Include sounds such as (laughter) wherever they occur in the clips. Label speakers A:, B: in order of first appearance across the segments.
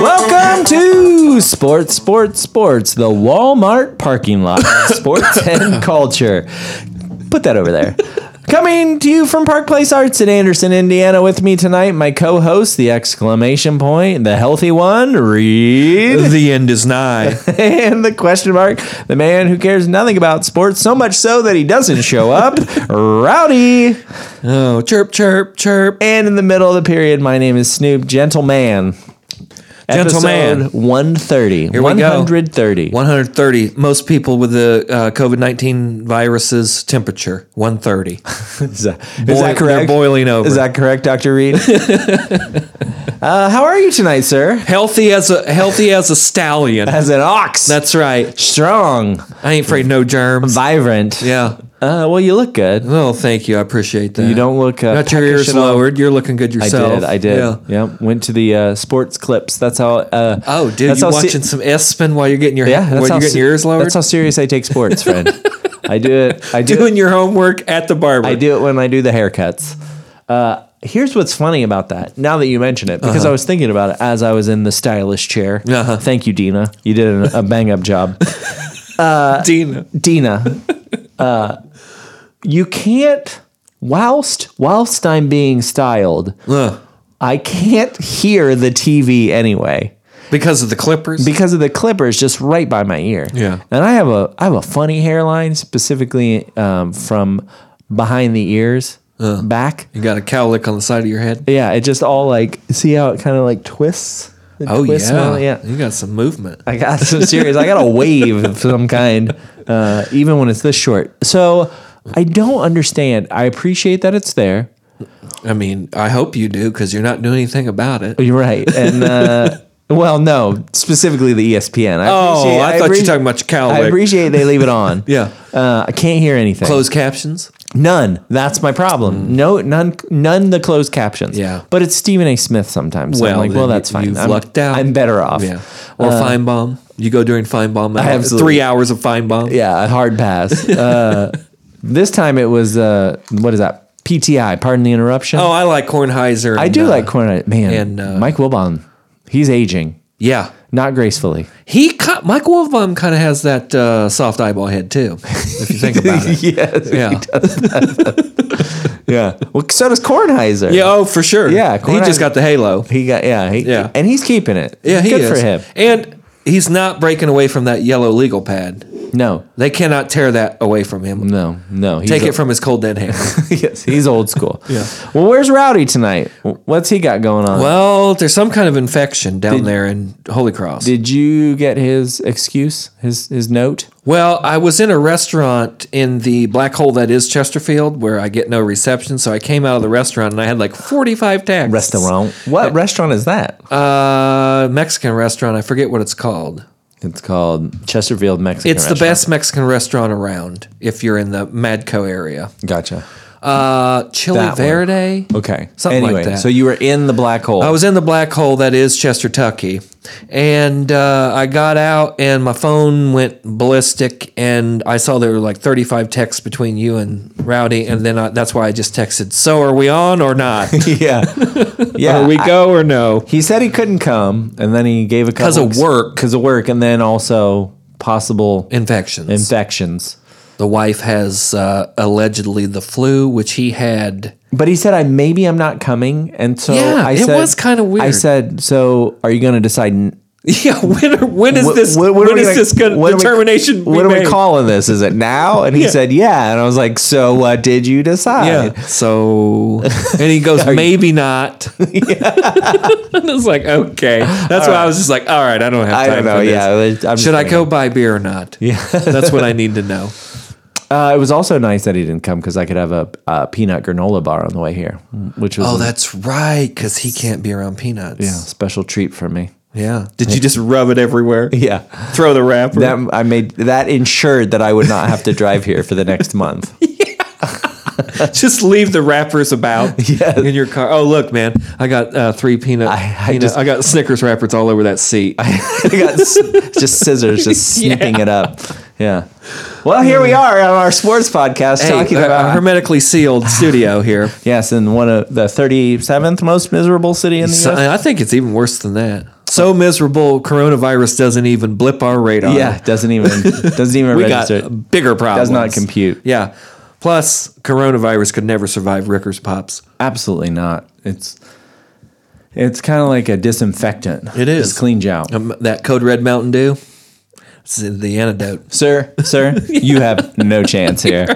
A: Welcome to Sports, Sports, Sports, the Walmart parking lot, of sports and culture. Put that over there. Coming to you from Park Place Arts in Anderson, Indiana. With me tonight, my co-host, the exclamation point, the healthy one, Reed, (laughs)
B: The end is nigh.
A: and the question mark, the man who cares nothing about sports, so much so that he doesn't show up, Rowdy.
B: oh, chirp, chirp, chirp.
A: And in the middle of the period, my name is Snoop Gentleman.
B: Gentleman.
A: Episode 130.
B: Here we go.
A: 130.
B: 130. Most people with the uh, COVID 19 viruses temperature 130.
A: (laughs) Is that, is
B: Boil-
A: that
B: they're
A: correct?
B: boiling over.
A: Is that correct, Dr.
B: (laughs)
A: Reed? uh, how are you tonight, sir?
B: healthy as a healthy as
A: (laughs)
B: a stallion.
A: As an ox.
B: That's right.
A: strong,
B: I ain't afraid of no germs.
A: vibrant.
B: Yeah.
A: Uh, well, you look good.
B: Oh, thank you. I appreciate that.
A: You don't look. Uh,
B: Got your
A: peckish
B: ears
A: at all.
B: lowered. You're looking good
A: I
B: yourself.
A: did. I did.
B: Yeah.
A: Yep. Went to the uh, sports clips. That's how. Uh,
B: Oh, dude,
A: that's
B: you
A: how se-
B: watching some Espen while you're getting your
A: yeah.
B: while
A: That's how
B: you're getting
A: se-
B: your ears lowered.
A: That's how serious I take sports, friend. I do it. I do it
B: Doing your homework at the barber.
A: I do it when I do the haircuts. Uh, here's what's funny about that. Now that you mention it, because I was thinking about it as I was in the stylish chair.
B: Uh-huh.
A: Thank you, Dina. You did an, a bang up
B: (laughs)
A: job,
B: Dina.
A: Dina. Uh, you can't whilst whilst I'm being styled,
B: Ugh.
A: I can't hear the TV anyway
B: Because of the Clippers.
A: because of the clippers just right by my ear.
B: Yeah.
A: And I have a I have a funny hairline specifically um, from behind the ears
B: Uh.
A: back.
B: You got a cowlick on the side of your head.
A: Yeah, it just all like see how it kind of like twists. It
B: Oh
A: twists
B: yeah,
A: around, yeah.
B: You got some movement.
A: I got some serious. I got a wave of some kind, uh, even when it's this short. So I don't understand. I appreciate that it's there.
B: I mean, I hope you do because you're not doing anything about it.
A: You're right, and uh, (laughs) well, no, specifically the E ESPN. I
B: Oh,
A: appreciate-
B: I thought you were
A: appreci-
B: talking about your
A: I
B: cowlick.
A: appreciate they leave it on.
B: (laughs) Yeah.
A: uh, I can't hear anything.
B: Closed captions.
A: None. That's my problem. No, none, none. The closed captions.
B: Mm. Yeah.
A: but it's Stephen A. Smith sometimes. So I'm like,
B: then
A: well, that's
B: you-
A: fine.
B: You've
A: I'm,
B: lucked out.
A: I'm better off. Uh,
B: Yeah. Or Feinbaum. You go during Feinbaum. I have
A: absolutely-
B: three hours of Feinbaum.
A: Yeah, a hard
B: (laughs)
A: pass. Uh, this time it was uh, what is that? PTI. Pardon the interruption.
B: Oh, I like Kornheiser.
A: I
B: and,
A: do
B: uh,
A: like Cornet. Man,
B: and, uh,
A: Mike Wilbon. He's aging,
B: Yeah.
A: not
B: (laughs)
A: gracefully.
B: He ki- Mike Wolfbaum kind of has that uh, soft eyeball head too, if you think about
A: (laughs)
B: it.
A: yes.
B: Yeah.
A: (laughs) Yeah. Well, so does Kornheiser.
B: Yeah. Oh, for sure.
A: Yeah,
B: He just
A: Kornheiser-
B: got the halo.
A: He got yeah. He,
B: Yeah.
A: And he's keeping it.
B: Yeah, he
A: Good
B: is.
A: for him.
B: And he's not breaking away from that yellow legal pad.
A: No.
B: They cannot tear that away from him.
A: No. No. He's
B: Take
A: a-
B: it from his cold dead hand.
A: (laughs) yes, he's old school.
B: (laughs) Yeah.
A: Well, where's Rowdy tonight? What's he got going on?
B: well, there's some kind of infection down there in Holy Cross.
A: Did you get his excuse? His his note?
B: well, I was in a restaurant in the black hole that is Chesterfield where I get no reception, so I came out of the restaurant and I had like 45 texts.
A: What restaurant is that?
B: Uh, Mexican restaurant. I forget what it's called.
A: It's called Chesterfield Mexican.
B: It's the best Mexican restaurant around if you're in the Madco area.
A: Gotcha.
B: Uh, Chili
A: That one.
B: Verde.
A: Okay.
B: Something like
A: anyway,
B: that.
A: so you were in the black hole.
B: I was in the black hole that is Chester Tucky, and uh, I got out, and my phone went ballistic, and I saw there were like 35 texts between you and Rowdy, and then I, that's why I just texted. So are we on or not?
A: (laughs)
B: (laughs)
A: yeah. (laughs) yeah.
B: are we
A: I-
B: go or no?
A: he said he couldn't come, and then he gave a because
B: of work.
A: because of work, and then also possible
B: Infections.
A: infections.
B: the wife has uh, allegedly the flu, which he had. (laughs)
A: But he said, "I maybe I'm not coming," and so
B: Yeah,
A: I
B: it
A: said,
B: was kinda
A: I
B: weird.
A: said, "So are you going to decide n-
B: Yeah, when, are- when is
A: Wh-
B: this?
A: wh-
B: when
A: we
B: is
A: gonna-
B: this gonna,
A: what are we-
B: determination? be
A: What are we
B: made?
A: calling this? Is it now? And he
B: Yeah.
A: said, yeah. And I was like, so what did you decide?
B: Yeah. (laughs) So, and he goes, maybe (laughs) not. and it's like, okay. That's why I was just like, all right, I don't have
A: I
B: time
A: don't know.
B: for this.
A: Yeah, I'm just
B: Should I
A: kidding.
B: go buy beer or not? Yeah. (laughs) That's what I need to know.
A: Uh, it was also nice that he didn't come because I could have a, uh peanut granola bar on the way here, which was
B: Oh,
A: a
B: that's right. Cause he can't be around peanuts.
A: special treat for me.
B: Yeah. Yeah. Did you just rub it everywhere?
A: (laughs) Yeah.
B: (laughs) Throw the wrapper?
A: That I made that ensured that I would not have to drive here for the (laughs) next month.
B: (laughs) just leave the wrappers (laughs) about
A: Yes.
B: in your car. Oh, look, man. I got uh, three peanut.
A: I- I
B: I, peanut
A: just-
B: I got Snickers wrappers all over that seat.
A: (laughs) I got s- just scissors, just snipping it up. Yeah. Well, here we are on our sports podcast
B: Hey,
A: talking
B: uh,
A: about
B: hermetically sealed (laughs) studio here.
A: yes, in one of the 37th most miserable city in the
B: So,
A: U.S.
B: I think it's even worse than that. So miserable, coronavirus doesn't even blip our radar.
A: Yeah, Uh, doesn't even doesn't even (laughs)
B: we got
A: register.
B: bigger problems.
A: not compute.
B: Yeah. Plus, coronavirus could never survive Ricker's pops.
A: Absolutely not. It's it's kind of like a disinfectant.
B: It is.
A: Just cleans you out,
B: Um, that Code Red Mountain Dew. It's the antidote.
A: sir.
B: (laughs)
A: Sir, you have no chance here.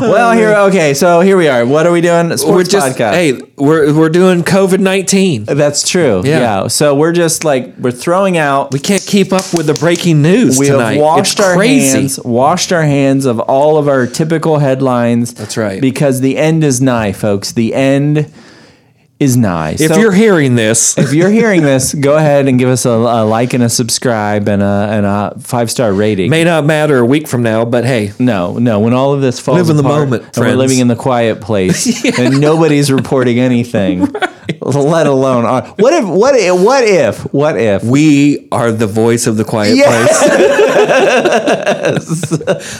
A: well, here. Okay, so here we are. What are we doing? Sports
B: Oh, we're just
A: podcast.
B: hey, we're we're doing COVID nineteen.
A: That's true.
B: Yeah.
A: yeah. So we're just like we're throwing out
B: We can't keep up with the breaking news
A: We
B: tonight.
A: have washed
B: it's
A: our
B: crazy.
A: hands, washed our hands of all of our typical headlines.
B: That's right.
A: Because the end is nigh, folks. The end is nigh.
B: If you're hearing this,
A: if you're hearing this, go ahead and give us a, a like and a subscribe and a and a five star rating.
B: may not matter a week from now, but hey,
A: no, no. When all of this falls
B: Live in the
A: apart
B: moment,
A: and we're
B: friends.
A: living in the quiet
B: (laughs)
A: place, and nobody's reporting anything, let alone our, what if what if what if what if
B: we are the voice of the quiet
A: Yes.
B: place.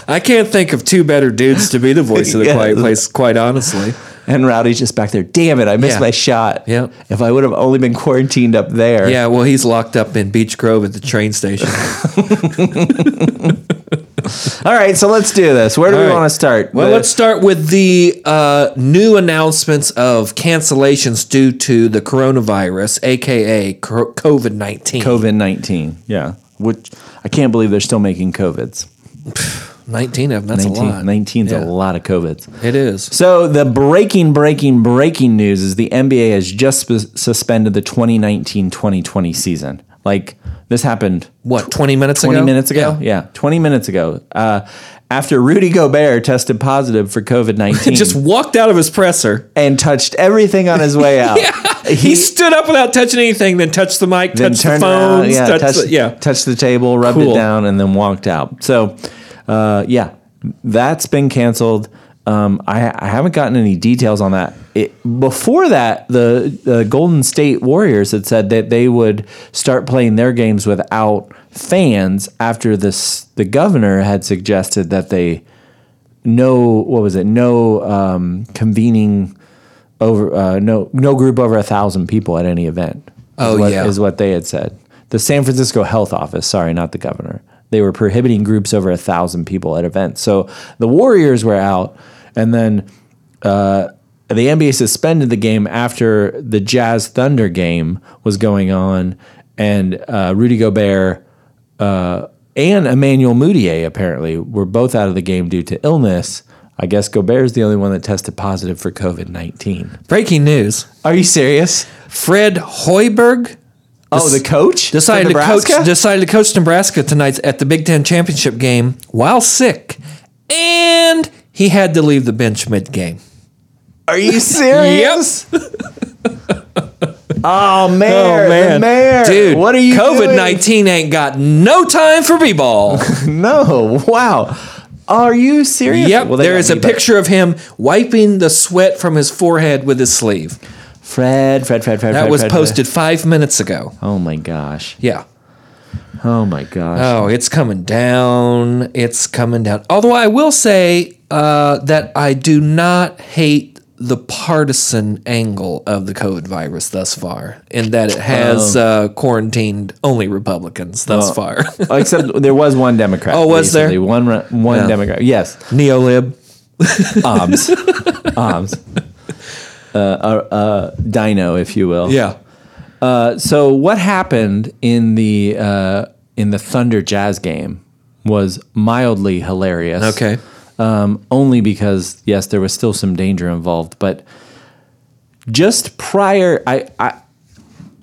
B: (laughs) I can't think of two better dudes to be the voice of the
A: Yes.
B: quiet place, quite honestly.
A: And Rowdy's just back there. Damn it, I missed
B: Yeah.
A: my shot.
B: Yep.
A: If I would have only been quarantined up there.
B: Yeah, well, he's locked up in Beach Grove at the
A: (laughs)
B: train station.
A: All right, so let's do this. Where do we
B: All right.
A: want to start?
B: Well,
A: The-
B: let's start with the uh, new announcements of cancellations due to the coronavirus, aka COVID 19.
A: COVID 19. Yeah. Which I can't believe they're still making COVIDs.
B: 19 of them, that's
A: 19,
B: a lot.
A: 19's a
B: Yeah.
A: lot of COVIDs.
B: It is.
A: So the breaking, breaking, breaking news is the NBA has just sp- suspended the 2019-2020 season. Like this happened
B: What, 20 minutes
A: 20
B: ago?
A: minutes ago. Yeah. 20 minutes ago. Uh, after Rudy Gobert tested positive for COVID 19
B: (laughs) Just walked out of his presser.
A: and touched everything on his way out.
B: He, stood up without touching anything, then touched the mic,
A: then
B: touched the
A: turned around,
B: phones,
A: yeah,
B: touched
A: touched,
B: the, yeah.
A: touched the table, rubbed
B: Cool.
A: it down, and then walked out. So, uh, yeah, that's been canceled. Um, I, I haven't gotten any details on that. It, before that, the, the Golden State Warriors had said that they would start playing their games without fans after this. The governor had suggested that they no what was it no um, convening over uh, no no group over a thousand people at any event. is
B: Oh,
A: what-
B: yeah.
A: is what they had said. The San Francisco Health Office, sorry, not the governor. They were prohibiting groups over a thousand people at events. So the Warriors were out, and then uh, the NBA suspended the game after the Jazz Thunder game was going on, and uh, Rudy Gobert uh, and Emmanuel Mudiay apparently were both out of the game due to illness. I guess Gobert is the only one that tested positive for COVID nineteen.
B: Breaking news
A: Are you serious?
B: Fred Hoiberg
A: Oh, the coach for
B: decided to coach
A: Nebraska?
B: decided to coach Nebraska tonight at the Big Ten championship game while sick, and he had to leave the bench mid game.
A: Are (laughs) you serious? Oh man, the mayor,
B: dude,
A: What are you
B: COVID
A: doing?
B: nineteen ain't got no time for (laughs) b-ball.
A: No, wow. Are you serious?
B: yep,
A: Well, they
B: there
A: got
B: is a
A: me, but-
B: picture of him wiping the sweat from his forehead with his sleeve.
A: Fred, Fred, Fred, Fred.
B: That
A: Fred,
B: was
A: Fred, Fred.
B: posted five minutes ago.
A: Oh my gosh.
B: Yeah.
A: Oh my gosh.
B: Oh, it's coming down. It's coming down. Although I will say uh, that I do not hate the partisan angle of the COVID virus thus far, in that it
A: Oh.
B: has uh, quarantined only Republicans thus far. (laughs)
A: Except there Uh. was one (laughs) Democrat.
B: Oh, was there?
A: recently. One re- one
B: Yeah.
A: Democrat. Yes.
B: Neolib.
A: (laughs) OBS. OBS. Uh, uh, uh, dino, if you will.
B: Yeah.
A: Uh, so what happened in the uh, in the Thunder Jazz game was mildly hilarious.
B: Okay.
A: Um, only because yes, there was still some danger involved, but just prior, I. I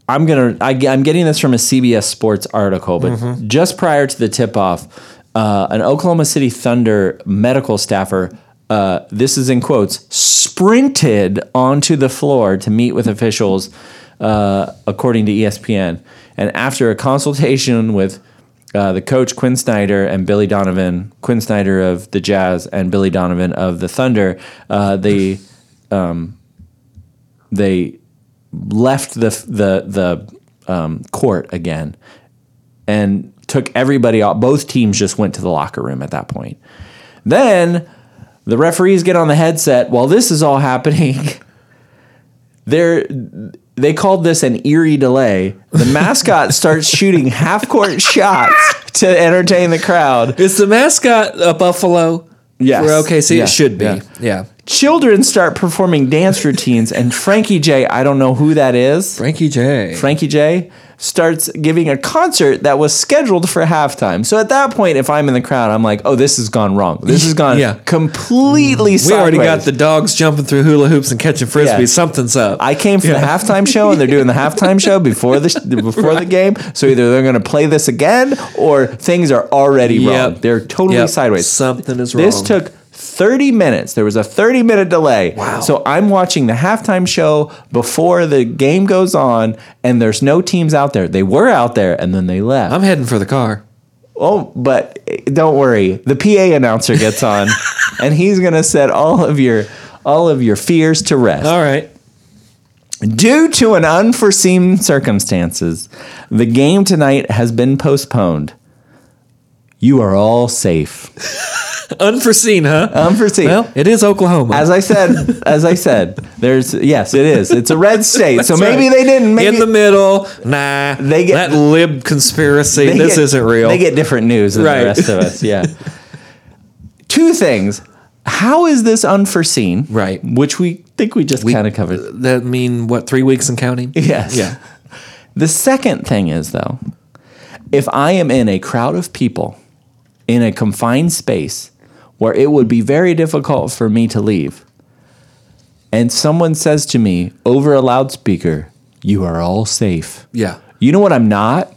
A: I'm gonna. I, I'm getting this from a CBS Sports article, but just prior to the tip-off, uh, an Oklahoma City Thunder medical staffer, uh, this is in quotes, sprinted onto the floor to meet with officials, uh, according to ESPN. And after a consultation with uh, the coach Quinn Snyder and Billy Donovan, Quinn Snyder of the Jazz and Billy Donovan of the Thunder, uh, they um, they left the the the um, court again, and took everybody off. Both teams just went to the locker room at that point. Then the referees get on the headset while this is all happening. (laughs) They're they called this an eerie delay. The mascot (laughs) starts shooting half court shots to entertain the crowd.
B: Is the mascot a buffalo?
A: Yes.
B: For OKC,
A: Yeah,
B: it should be.
A: yeah.
B: Yeah.
A: Children start performing dance routines, and Frankie J, I don't know who that is,
B: Frankie J.
A: Frankie J starts giving a concert that was scheduled for halftime. So at that point, if I'm in the crowd, I'm like, oh, this has gone wrong. This
B: (laughs)
A: has gone
B: Yeah.
A: completely
B: we already got
A: sideways.
B: the dogs jumping through hula hoops and catching frisbees.
A: Yeah.
B: Something's up.
A: I came from the halftime show, and they're doing the halftime show before the (laughs) before the game. So either they're going to play this again, or things are already
B: Yep.
A: wrong. They're totally
B: Yep.
A: sideways.
B: Something is wrong.
A: This took 30 minutes. There was a 30 minute delay. Wow. So I'm watching the halftime show before the game goes on, and there's no teams out there. They were out there, and then they left.
B: I'm heading for the car.
A: oh, but eh, don't worry. The PA announcer gets
B: (laughs)
A: on, and he's gonna set all of your all of your fears to rest.
B: All right.
A: Due to an unforeseen circumstances, the game tonight has been postponed. You are all
B: (laughs)
A: safe.
B: Unforeseen, huh?
A: Unforeseen.
B: well, it is Oklahoma.
A: As I said, as I said, there's yes, it is. It's a red
B: (laughs)
A: state, so maybe they didn't. Maybe
B: in the middle. Nah,
A: They
B: they
A: get-
B: get that lib conspiracy.
A: they
B: This
A: get-
B: isn't real.
A: They get different news than the
B: Right.
A: rest of us.
B: (laughs)
A: Yeah. Two things. How is this unforeseen?
B: Right.
A: Which we think we just kind of covered.
B: that mean what? Three weeks in counting?
A: Yes.
B: Yeah.
A: The second thing is though, if I am in a crowd of people in a confined space where it would be very difficult for me to leave, and someone says to me over a loudspeaker, "You are all safe."
B: Yeah.
A: You know what I'm not?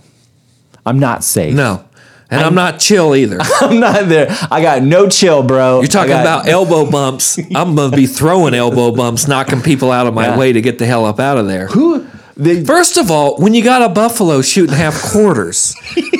A: I'm not safe.
B: No, and I'm, not chill
A: (laughs)
B: either.
A: I'm not there. I got no chill, bro.
B: You're talking
A: I got-
B: about elbow bumps. I'm gonna be throwing elbow bumps, knocking people out of my
A: Yeah.
B: way to get the hell up out of there.
A: who the
B: First of all, when you got a buffalo shooting half quarters,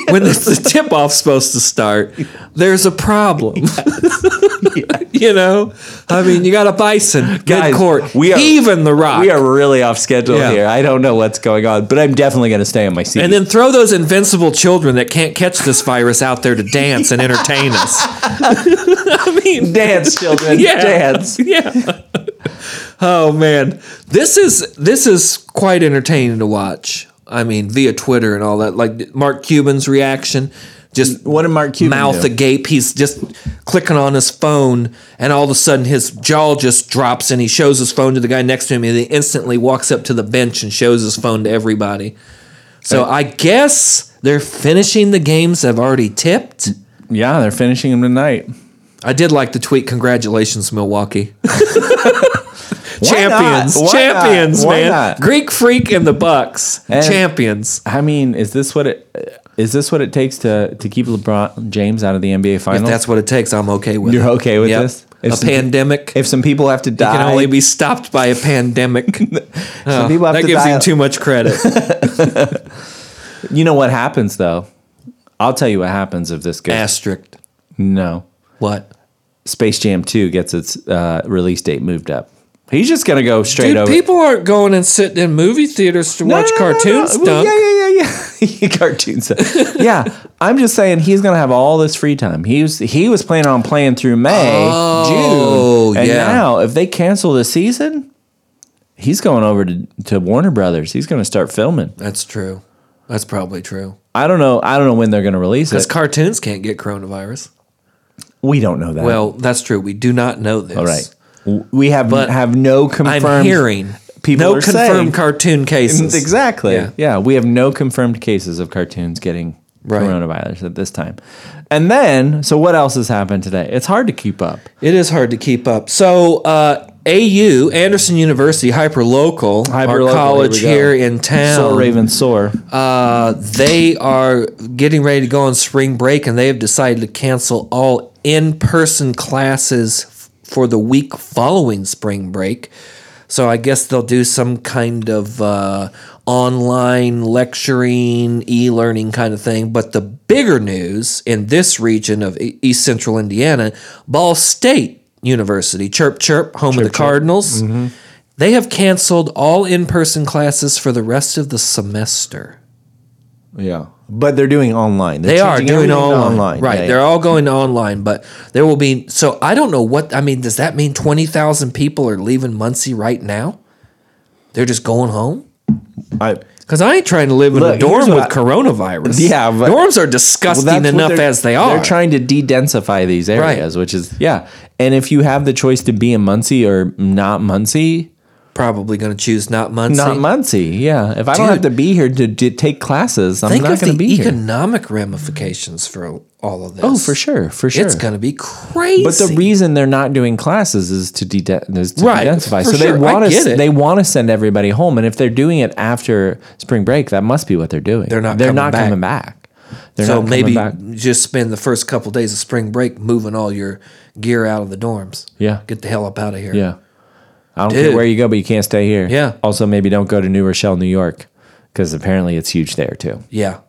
B: when the, the tip off's supposed to start, there's a problem. (laughs) you know, I mean, you got a bison,
A: Guys,
B: good court,
A: we are-
B: even the rock,
A: we are really off schedule
B: Yeah.
A: here. I don't know what's going on, but I'm definitely going to stay in my seat.
B: and then throw those invincible children that can't catch this virus out there to dance and entertain us. (laughs) I
A: (laughs)
B: mean,
A: dance, (laughs) children,
B: yeah.
A: dance.
B: Yeah. (laughs) oh man, this is this is quite entertaining to watch. I mean, via Twitter and all that. Like Mark Cuban's reaction, just
A: What did Mark Cuban
B: mouth
A: do?
B: agape. He's just clicking on his phone, and all of a sudden his jaw just drops, and he shows his phone to the guy next to him, and he instantly walks up to the bench and shows his phone to everybody. So I guess they're finishing the games that have already tipped.
A: Yeah, they're finishing them tonight.
B: I did like the tweet. Congratulations, Milwaukee. (laughs)
A: not?
B: champions,
A: Why
B: champions,
A: not? Why
B: man.
A: not?
B: Greek Freak and the Bucks,
A: And-
B: champions.
A: I mean, is this what it is this what it takes to to keep LeBron James out of the NBA
B: If
A: finals?
B: that's what it takes, I'm okay with.
A: You're
B: it.
A: okay with this? If
B: a
A: some-
B: pandemic
A: if some people have to die,
B: can only be stopped by
A: (laughs)
B: a pandemic. Oh,
A: people have
B: that
A: to
B: gives
A: die-
B: him too
A: (laughs)
B: much credit.
A: you know what happens though? I'll tell you what happens if this goes.
B: Asterisk.
A: No,
B: What?
A: Space Jam Two gets its uh, release date moved up. He's just gonna go straight
B: Dude,
A: over.
B: people aren't going and sitting in movie theaters to
A: No,
B: watch
A: no, no, no,
B: cartoons,
A: no.
B: Dunk.
A: Yeah, (laughs) yeah, yeah, yeah. cartoon stuff. yeah, I'm just saying he's gonna have all this free time. He was he was planning on playing through May,
B: Oh,
A: June, and
B: yeah.
A: now if they cancel the season, he's going over to, to Warner Brothers. He's gonna start filming.
B: That's true. That's probably true.
A: I don't know. I don't know when they're gonna release
B: Because
A: it.
B: cartoons can't get coronavirus.
A: we don't know that.
B: Well, that's true. We do not know this.
A: all right. W- We have
B: But
A: have no
B: I'm
A: confirmed.
B: hearing
A: people
B: no
A: are
B: confirmed
A: saying-
B: cartoon cases.
A: Exactly. Yeah.
B: Yeah.
A: we have no confirmed cases of cartoons getting
B: Right.
A: coronavirus at this time. And then, so what else has happened today? It's hard to keep up.
B: It is hard to keep up. So, uh, AU Anderson University Hyperlocal,
A: Hyperlocal,
B: our college
A: here we go.
B: here, in
A: Sore
B: town,
A: Raven Sore.
B: uh, they are getting ready to go on spring break, and they have decided to cancel all in-person classes f- for the week following spring break. So I guess they'll do some kind of uh, online lecturing, e-learning kind of thing. But the bigger news in this region of E- East Central Indiana, Ball State University, chirp chirp, Mm-hmm. home of the Cardinals. They have canceled all in person classes for the rest of the semester.
A: Yeah. But they're doing online. They're
B: They are
A: changing
B: doing
A: everything
B: all
A: to
B: online. Right.
A: Yeah,
B: They're
A: yeah.
B: all going online, but there will be. So I don't know what. I mean, does that mean 20,000 people are leaving Muncie right now? They're just going home?
A: I,
B: Because I ain't trying to live in a
A: Look, here's
B: dorm with
A: what I- (laughs)
B: coronavirus.
A: Yeah, but-
B: dorms are
A: well,
B: disgusting
A: that's what
B: enough
A: they're-
B: as they are.
A: They're trying to de-densify these areas, which is yeah. And if you have the choice to be in Muncie or not Muncie,
B: Probably going to choose not Muncie.
A: not Muncie. Yeah. If I don't
B: Dude.
A: have to be here to, to take classes, I'm
B: Think
A: not
B: of
A: going to
B: the
A: be here.
B: economic ramifications for all of this.
A: Oh, for sure, for sure.
B: It's going to be crazy.
A: But the reason they're not doing classes is to, de- is to
B: Right,
A: densify. So
B: for sure.
A: they
B: I
A: want
B: get
A: to
B: it.
A: they want to send everybody home, and if they're doing it after spring break, that must be what they're doing.
B: They're not
A: They're
B: coming
A: not
B: back.
A: coming back. They're
B: so
A: not coming
B: maybe
A: back.
B: just spend the first couple days of spring break moving all your gear out of the dorms.
A: Yeah.
B: Get the hell up out of here.
A: Yeah. I don't
B: Dude.
A: care where you go, but you can't stay here.
B: Yeah.
A: Also, maybe don't go to New Rochelle, New York, because apparently it's huge there too.
B: Yeah.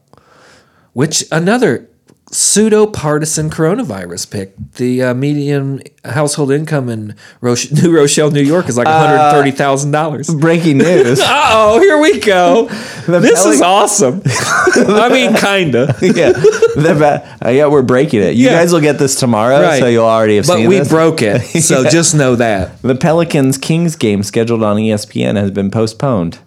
B: Which another pseudo partisan coronavirus pick. The uh, median household income in Roche- (laughs) New Rochelle, New York
A: Uh,
B: is like $130,000.
A: Breaking news.
B: Uh oh, here we
A: (laughs)
B: go. this
A: Pelic- (laughs)
B: is awesome. I mean, kinda.
A: (laughs) yeah. The ba- uh, yeah, we're breaking it. You
B: Yeah.
A: guys will get this tomorrow,
B: Right.
A: so you'll already have
B: But
A: seen
B: we
A: this.
B: broke
A: (laughs)
B: it. So just know that.
A: the Pelicans Kings game scheduled on E ESPN has been postponed.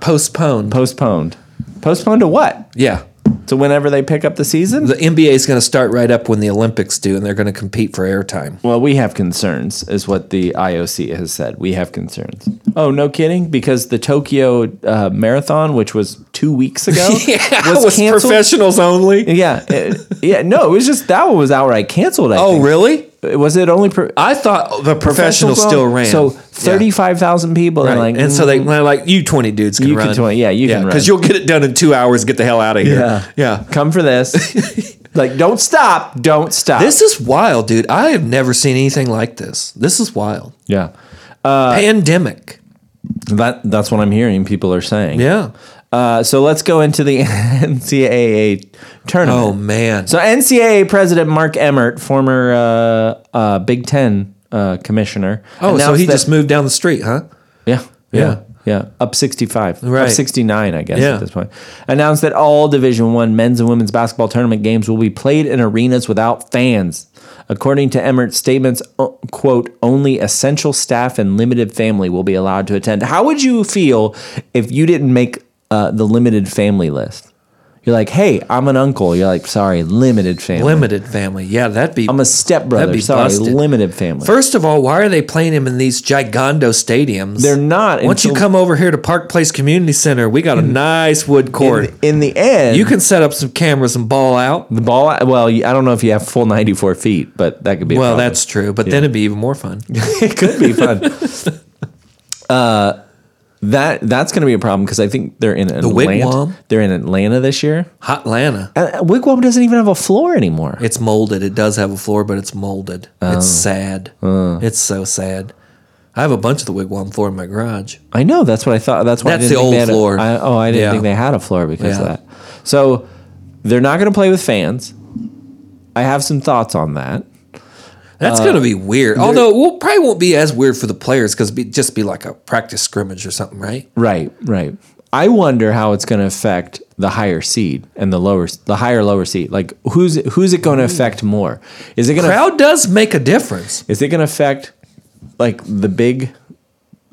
B: Postponed.
A: Postponed. Postponed to what?
B: yeah.
A: To whenever they pick up the season?
B: The NBA is going to start right up when the Olympics do, and they're going to compete for airtime.
A: Well, we have concerns, is what the IOC has said. We have concerns. Oh, no kidding! Because the Tokyo uh, Marathon, which was two weeks
B: (laughs)
A: ago, was, canceled.
B: professionals only.
A: yeah, it- yeah. No, it was just that one was outright canceled. I
B: Oh,
A: think.
B: really?
A: Was it only pro-
B: I thought the
A: professional?
B: professionals still ran.
A: So
B: Yeah.
A: thirty-five thousand people,
B: Right.
A: and like, mm,
B: and so they they're like you twenty dudes can
A: You can
B: run
A: 20 yeah, you can
B: because
A: run.
B: you'll get it done in two hours get the hell out of here
A: Yeah.
B: yeah
A: come for
B: (laughs)
A: this. like, don't stop, don't stop.
B: this is wild dude I have never seen anything like this this is wild
A: yeah, Uh,
B: pandemic
A: that that's what I'm hearing. People are saying.
B: yeah
A: Uh, so let's go into the (laughs) NCAA tournament.
B: oh man
A: So NCAA President Mark Emmert, former uh, uh, Big Ten uh, commissioner.
B: oh so
A: announced
B: he
A: that-
B: just moved down the street huh
A: yeah, yeah.
B: Yeah.
A: Yeah. up 65, up
B: Right.
A: 69, I guess
B: Yeah.
A: at this point. Announced that all Division 1 men's and women's basketball tournament games will be played in arenas without fans. According to Emmert's statements, o- quote, only essential staff and limited family will be allowed to attend. How would you feel if you didn't make uh, the limited family list? You're like, hey, I'm an uncle. You're like, sorry, limited family.
B: limited family yeah that'd be
A: I'm a stepbrother.
B: That'd be
A: Sorry,
B: busted.
A: limited family.
B: First of all, why are they playing him in these gigando stadiums?
A: They're not
B: Once you
A: until-
B: come over here to Park Place Community Center, we got a nice wood court.
A: in, in the end,
B: you can set up some cameras and ball out.
A: the ball. Well, you- I don't know if you have full 94 feet, but that could be. A
B: Well,
A: problem.
B: that's true, but then it'd be even more fun.
A: (laughs) it could be fun. uh,
B: (laughs)
A: that that's going to be a problem because I think they're in Atlanta.
B: Wigwam?
A: They're in Atlanta this year.
B: Hot Lana.
A: Uh, Wigwam doesn't even have a floor anymore.
B: It's molded. It does have a floor, but it's molded. It's
A: Oh.
B: sad.
A: Uh.
B: It's so sad. I have a bunch of the wigwam floor in my garage.
A: I know. That's what I thought. That's why I
B: That's
A: didn't
B: the
A: think
B: old
A: they had a-
B: floor.
A: I- oh, I didn't
B: Yeah.
A: think they had a floor because
B: Yeah.
A: of that. So they're not going to play with fans. I have some thoughts on that.
B: That's
A: Uh,
B: gonna be weird. Although it will, probably won't be as weird for the players because be just be like a practice scrimmage or something, right?
A: Right, right. I wonder how it's going to affect the higher seed and the lower, the higher lower seed. Like who's who's it going to affect more? Is it going to
B: Crowd does make a difference.
A: is it going to affect like the big,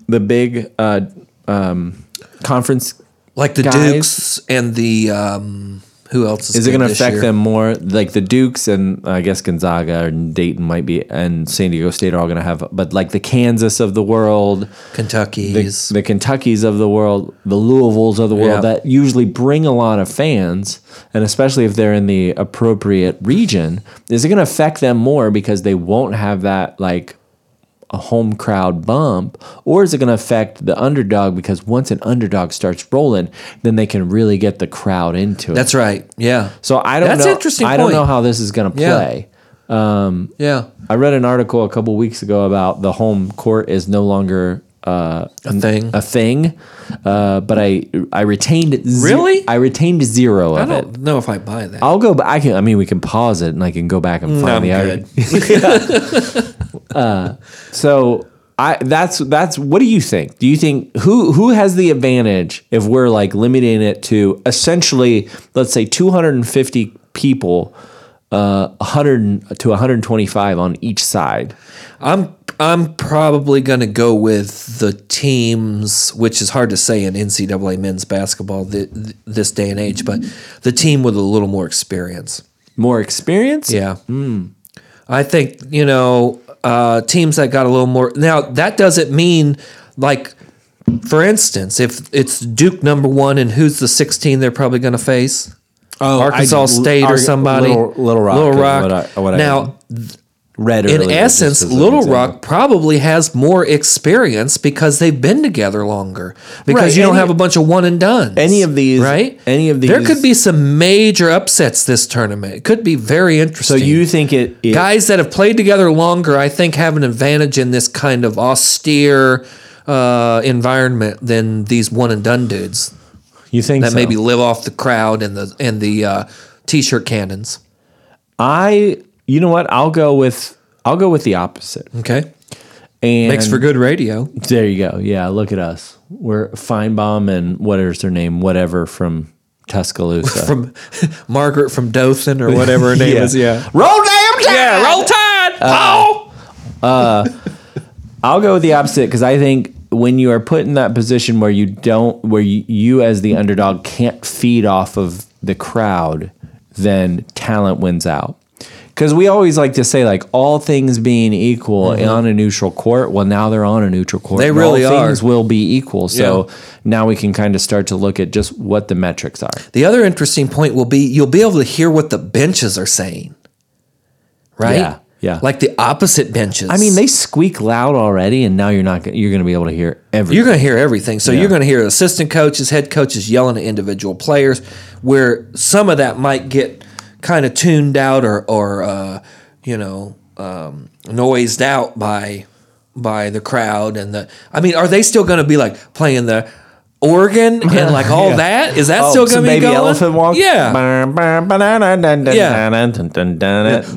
A: the big uh, um, conference?
B: Like the
A: Guys.
B: Dukes and the um, who else is,
A: Is it going
B: good
A: to
B: this
A: affect
B: year?
A: them more? Like the Dukes and I guess Gonzaga and Dayton might be, and San Diego State are all going to have, but like the Kansas of the world,
B: Kentucky's.
A: the Kentuckys of the world, the Louisvilles of the world
B: Yeah.
A: that usually bring a lot of fans, and especially if they're in the appropriate region, is it going to affect them more because they won't have that like a home crowd bump, or is it going to affect the underdog because once an underdog starts rolling, then they can really get the crowd into it.
B: That's right. Yeah.
A: so I don't
B: That's
A: know.
B: interesting
A: I don't
B: point.
A: know how this is going to
B: Yeah.
A: play.
B: Yeah.
A: I read an article a couple weeks ago about the home court is no longer uh,
B: A thing.
A: a thing, uh, but I I retained ze-
B: Really?
A: I retained zero
B: I
A: of it.
B: don't know if I buy that.
A: I'll go. ba- I can. I mean, we can pause it and I can go back and find
B: Mm, I'm
A: (laughs) the
B: good.
A: article. Uh, So I that's that's what do you think? Do you think who who has the advantage if we're like limiting it to essentially let's say 250 people uh 100 to 125 on each side?
B: I'm I'm probably gonna go with the teams, which is hard to say in NCAA men's basketball th- th- this day and age, but the team with a little more experience.
A: More experience?
B: Yeah,
A: Hmm.
B: I think you know uh, teams that got a little more. Now that doesn't mean like, for instance, if it's Duke number one and who's the 16 they're probably gonna face.
A: Oh,
B: Arkansas
A: I-
B: State
A: Ar-
B: or somebody.
A: Little, Little Rock.
B: Little
A: is
B: Rock.
A: What I, what I
B: now,
A: read
B: in
A: earlier, just
B: essence,
A: as an
B: Little
A: example.
B: Rock probably has more experience because they've been together longer. Because
A: Right,
B: you don't
A: any-
B: have a bunch of one and done.
A: Any of these-
B: right?
A: any of
B: There
A: these-
B: could be some major upsets this tournament. It could be very
A: So
B: interesting.
A: you think it, it
B: guys that have played together longer, I think, have an advantage in this kind of austere uh, environment than these one and done dudes
A: you think
B: that
A: so?
B: maybe live off the crowd and the and the uh, t-shirt cannons.
A: I you know what? I'll go with I'll go with the opposite.
B: Okay,
A: And
B: makes for good radio.
A: There you go. Yeah, look at us. We're Feinbaum and what is their name? Whatever from Tuscaloosa.
B: (laughs) from Margaret from Dothan or whatever
A: (laughs)
B: her name is. Yeah.
A: Roll damn Tide!
B: Yeah, roll tide,
A: Uh,
B: Paul.
A: I'll go with the opposite because I think when you are put in that position where you don't, where you, you as the underdog can't feed off of the crowd, then talent wins out. Because we always like to say, like all things being equal on a neutral court. Well, now they're on a neutral court.
B: Mm-hmm. They
A: and
B: really
A: all
B: are.
A: Things will be equal. So now we can kind of start to look at just what the metrics are.
B: The other interesting point will be you'll be able to hear what the benches are saying. Right?
A: Yeah, yeah.
B: Like the opposite benches.
A: I mean, they squeak loud already, and now you're not. gonna- You're going to be able to hear everything.
B: you're going to hear everything. So you're going to hear assistant coaches, head coaches yelling at individual players, where some of that might get kind of tuned out or, or uh, you know, um, noised out by by the crowd and the. I mean, are they still going to be like playing the organ
A: (laughs)
B: and like all
A: Yeah.
B: that? Is that
A: Oh,
B: still
A: some
B: going to be
A: baby
B: going?
A: elephant walk.
B: Yeah,
A: Yeah.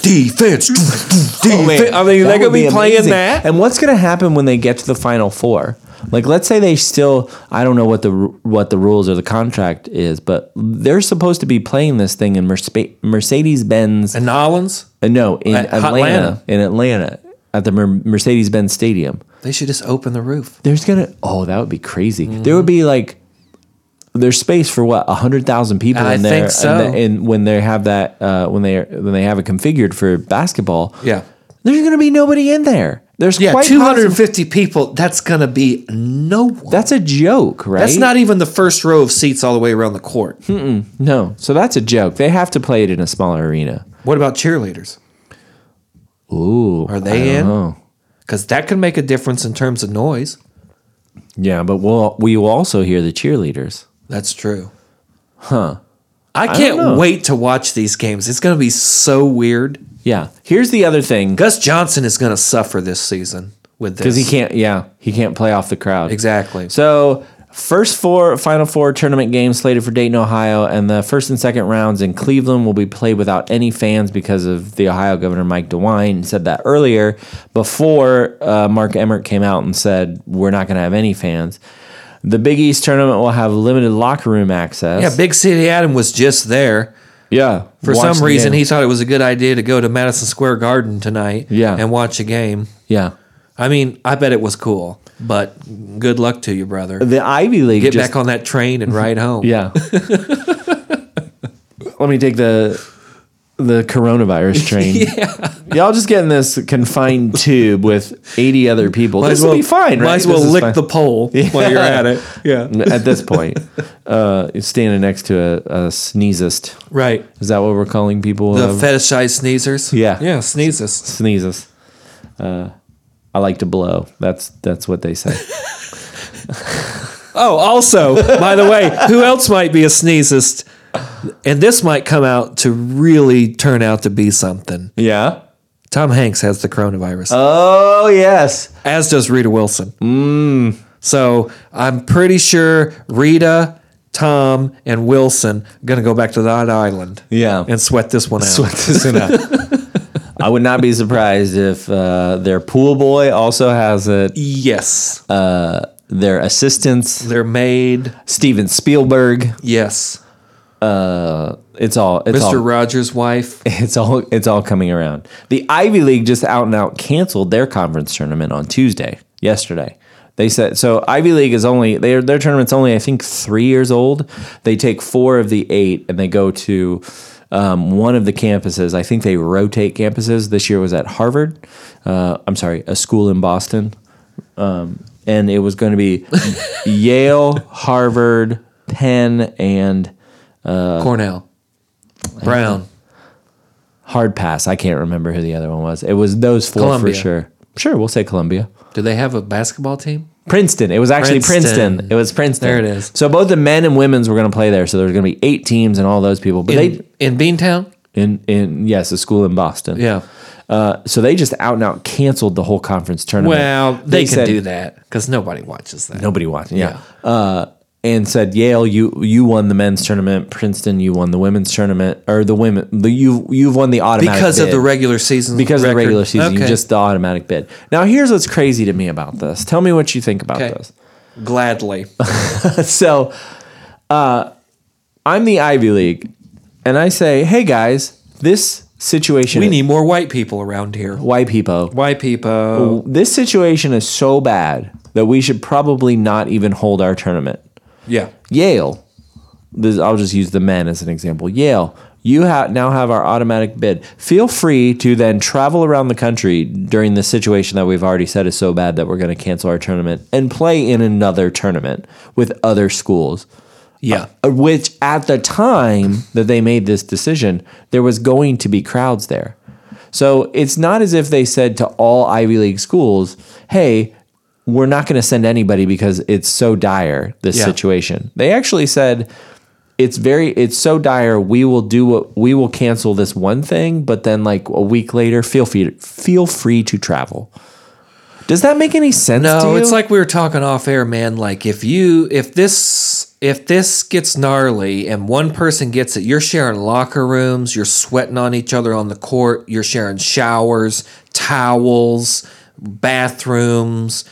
B: defense.
A: Oh,
B: defense. I mean, they're going to be, playing that.
A: And what's going to happen when they get to the final four? Like, let's say they still. I don't know what the ru- what the rules or the contract is, but they're supposed to be playing this thing in Mercedes Benz.
B: And Nollins,
A: no, in
B: At
A: Atlanta,
B: Hotlanta.
A: in Atlanta, at the Mercedes Benz Stadium.
B: they should just open the roof.
A: there's gonna oh that would be crazy
B: Mm.
A: there would be like there's space for what 100000 people
B: I
A: in there
B: think so.
A: and, the- and when they have that uh, when they when they have it configured for basketball
B: Yeah.
A: there's gonna be nobody in there there's
B: Yeah,
A: quite 200
B: 250 people. That's going to be no one.
A: that's a joke right
B: That's not even the first row of seats all the way around the court.
A: no so that's a joke they have to play it in a smaller arena
B: What about cheerleaders?
A: ooh
B: Are they
A: I don't
B: in?
A: know.
B: Because that could make a difference in terms of noise.
A: yeah but we'll we will also hear the cheerleaders
B: That's true. Huh. I can't
A: know.
B: wait to watch these games. It's going to be so weird.
A: yeah here's the other thing
B: Gus Johnson is going to suffer this season with this.
A: because he can't yeah he can't play off the crowd
B: Exactly.
A: So first four final four tournament games slated for Dayton, Ohio, and the first and second rounds in Cleveland will be played without any fans because of the Ohio Governor Mike DeWine said that earlier before uh, Mark Emmert came out and said we're not going to have any fans. The Big East tournament will have limited locker room access.
B: yeah, Big City Adam was just there.
A: yeah.
B: For some reason, he thought it was a good idea to go to Madison Square Garden tonight
A: Yeah.
B: and watch a game.
A: yeah.
B: I mean, I bet it was cool, but good luck to you, brother.
A: The Ivy League
B: Get
A: Uh, just
B: back on that
A: (laughs)
B: train and ride home.
A: Yeah. Let me take the the
B: (laughs)
A: coronavirus train. Y'all just get in this confined tube with 80 other people.
B: Might
A: this
B: as
A: will
B: well
A: be fine,
B: Might
A: right?
B: as well
A: This is
B: lick
A: fine.
B: the (laughs)
A: (laughs)
B: pole while you're at it. Yeah.
A: at this point. Uh, it's standing next to a, a sneezist.
B: Right.
A: Is that what we're calling people?
B: The
A: uh,
B: fetishized sneezers.
A: Yeah.
B: Yeah. Sneezes.
A: sneezes. Uh, I like to blow. That's that's what they
B: (laughs)
A: say.
B: Oh, also, by the
A: (laughs)
B: way, who else might be a sneezist? And this might come out to really turn out to be something.
A: yeah.
B: Tom Hanks has the coronavirus,
A: Oh yes.
B: as does Rita Wilson. Mm. So I'm pretty sure Rita, Tom, and Wilson are going to go back to that island
A: Yeah.
B: and sweat this one out.
A: Sweat this one out. I would not be surprised if uh, their pool boy also has it.
B: Yes.
A: Uh, their assistants,
B: They're made.
A: Steven Spielberg.
B: Yes.
A: Uh, it's all. It's
B: Mr.
A: all.
B: Rogers' wife.
A: (laughs) It's all. It's all coming around. The Ivy League just out and out canceled their conference tournament on Tuesday. Yesterday, they said so. Ivy League is only their their tournament's only I think three years old. They take four of the eight and they go to um, one of the campuses. I think they rotate campuses. This year was at Harvard. Uh, I'm sorry, a school in Boston, um, and it was going to be (laughs) Yale, Harvard, Penn, and Uh.
B: Cornell. Brown.
A: hard pass. I can't remember who the other one was. It was those four
B: Columbia.
A: for sure. Sure, we'll say Columbia.
B: Do they have a basketball team?
A: Princeton. It was actually Princeton.
B: Princeton.
A: It was Princeton.
B: There it is.
A: So both the men and women's were going to play there. So there was going to be eight teams and all those people. But
B: In, in Beantown?
A: they in in yes, a school in Boston.
B: Yeah.
A: Uh, so they just out and out canceled the whole conference tournament.
B: Well, they, can
A: said-
B: do that because nobody watches that.
A: Nobody watched. Yeah. Uh, and said Yale, you you won the men's tournament. Princeton, you won the women's tournament, or the women. The, you you've won the automatic
B: Because of
A: bid.
B: the regular season.
A: because of the
B: record?
A: regular season, you
B: Okay.
A: just the automatic bid. Now, here's what's crazy to me about this. Tell me what you think about
B: Okay. Gladly.
A: this. (laughs) so, uh, I'm the Ivy League, and I say, hey guys, this situation,
B: we need more white people around here.
A: white people,
B: White people.
A: this situation is so bad that we should probably not even hold our tournament.
B: Yeah.
A: Yale, this, I'll just use the men as an example. Yale, you ha- now have our automatic bid. Feel free to then travel around the country during the situation that we've already said is so bad that we're going to cancel our tournament and play in another tournament with other schools.
B: Yeah.
A: Uh, Which at the time that they made this decision, there was going to be crowds there. So it's not as if they said to all Ivy League schools, hey, we're not going to send anybody because it's so dire, this
B: Yeah.
A: situation. They actually said, it's very, it's so dire. We will do what we will cancel this one thing, but then like a week later, feel free, feel free to travel. Does that make any sense?
B: No,
A: to you?
B: it's like we were talking off air, man. Like if you if this if this gets gnarly and one person gets it, you're sharing locker rooms, you're sweating on each other on the court, you're sharing showers, towels, bathrooms,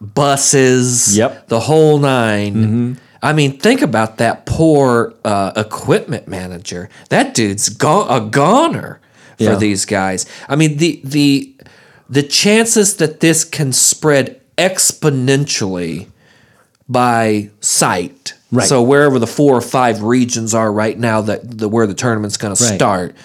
B: buses,
A: Yep.
B: the whole 9 I mean, think about that poor uh, equipment manager. That dude's go- a goner for
A: Yeah.
B: these guys. I mean, the the the chances that this can spread exponentially by site.
A: Right.
B: So wherever the four or five regions are right now that the where the tournament's going to
A: Right.
B: start.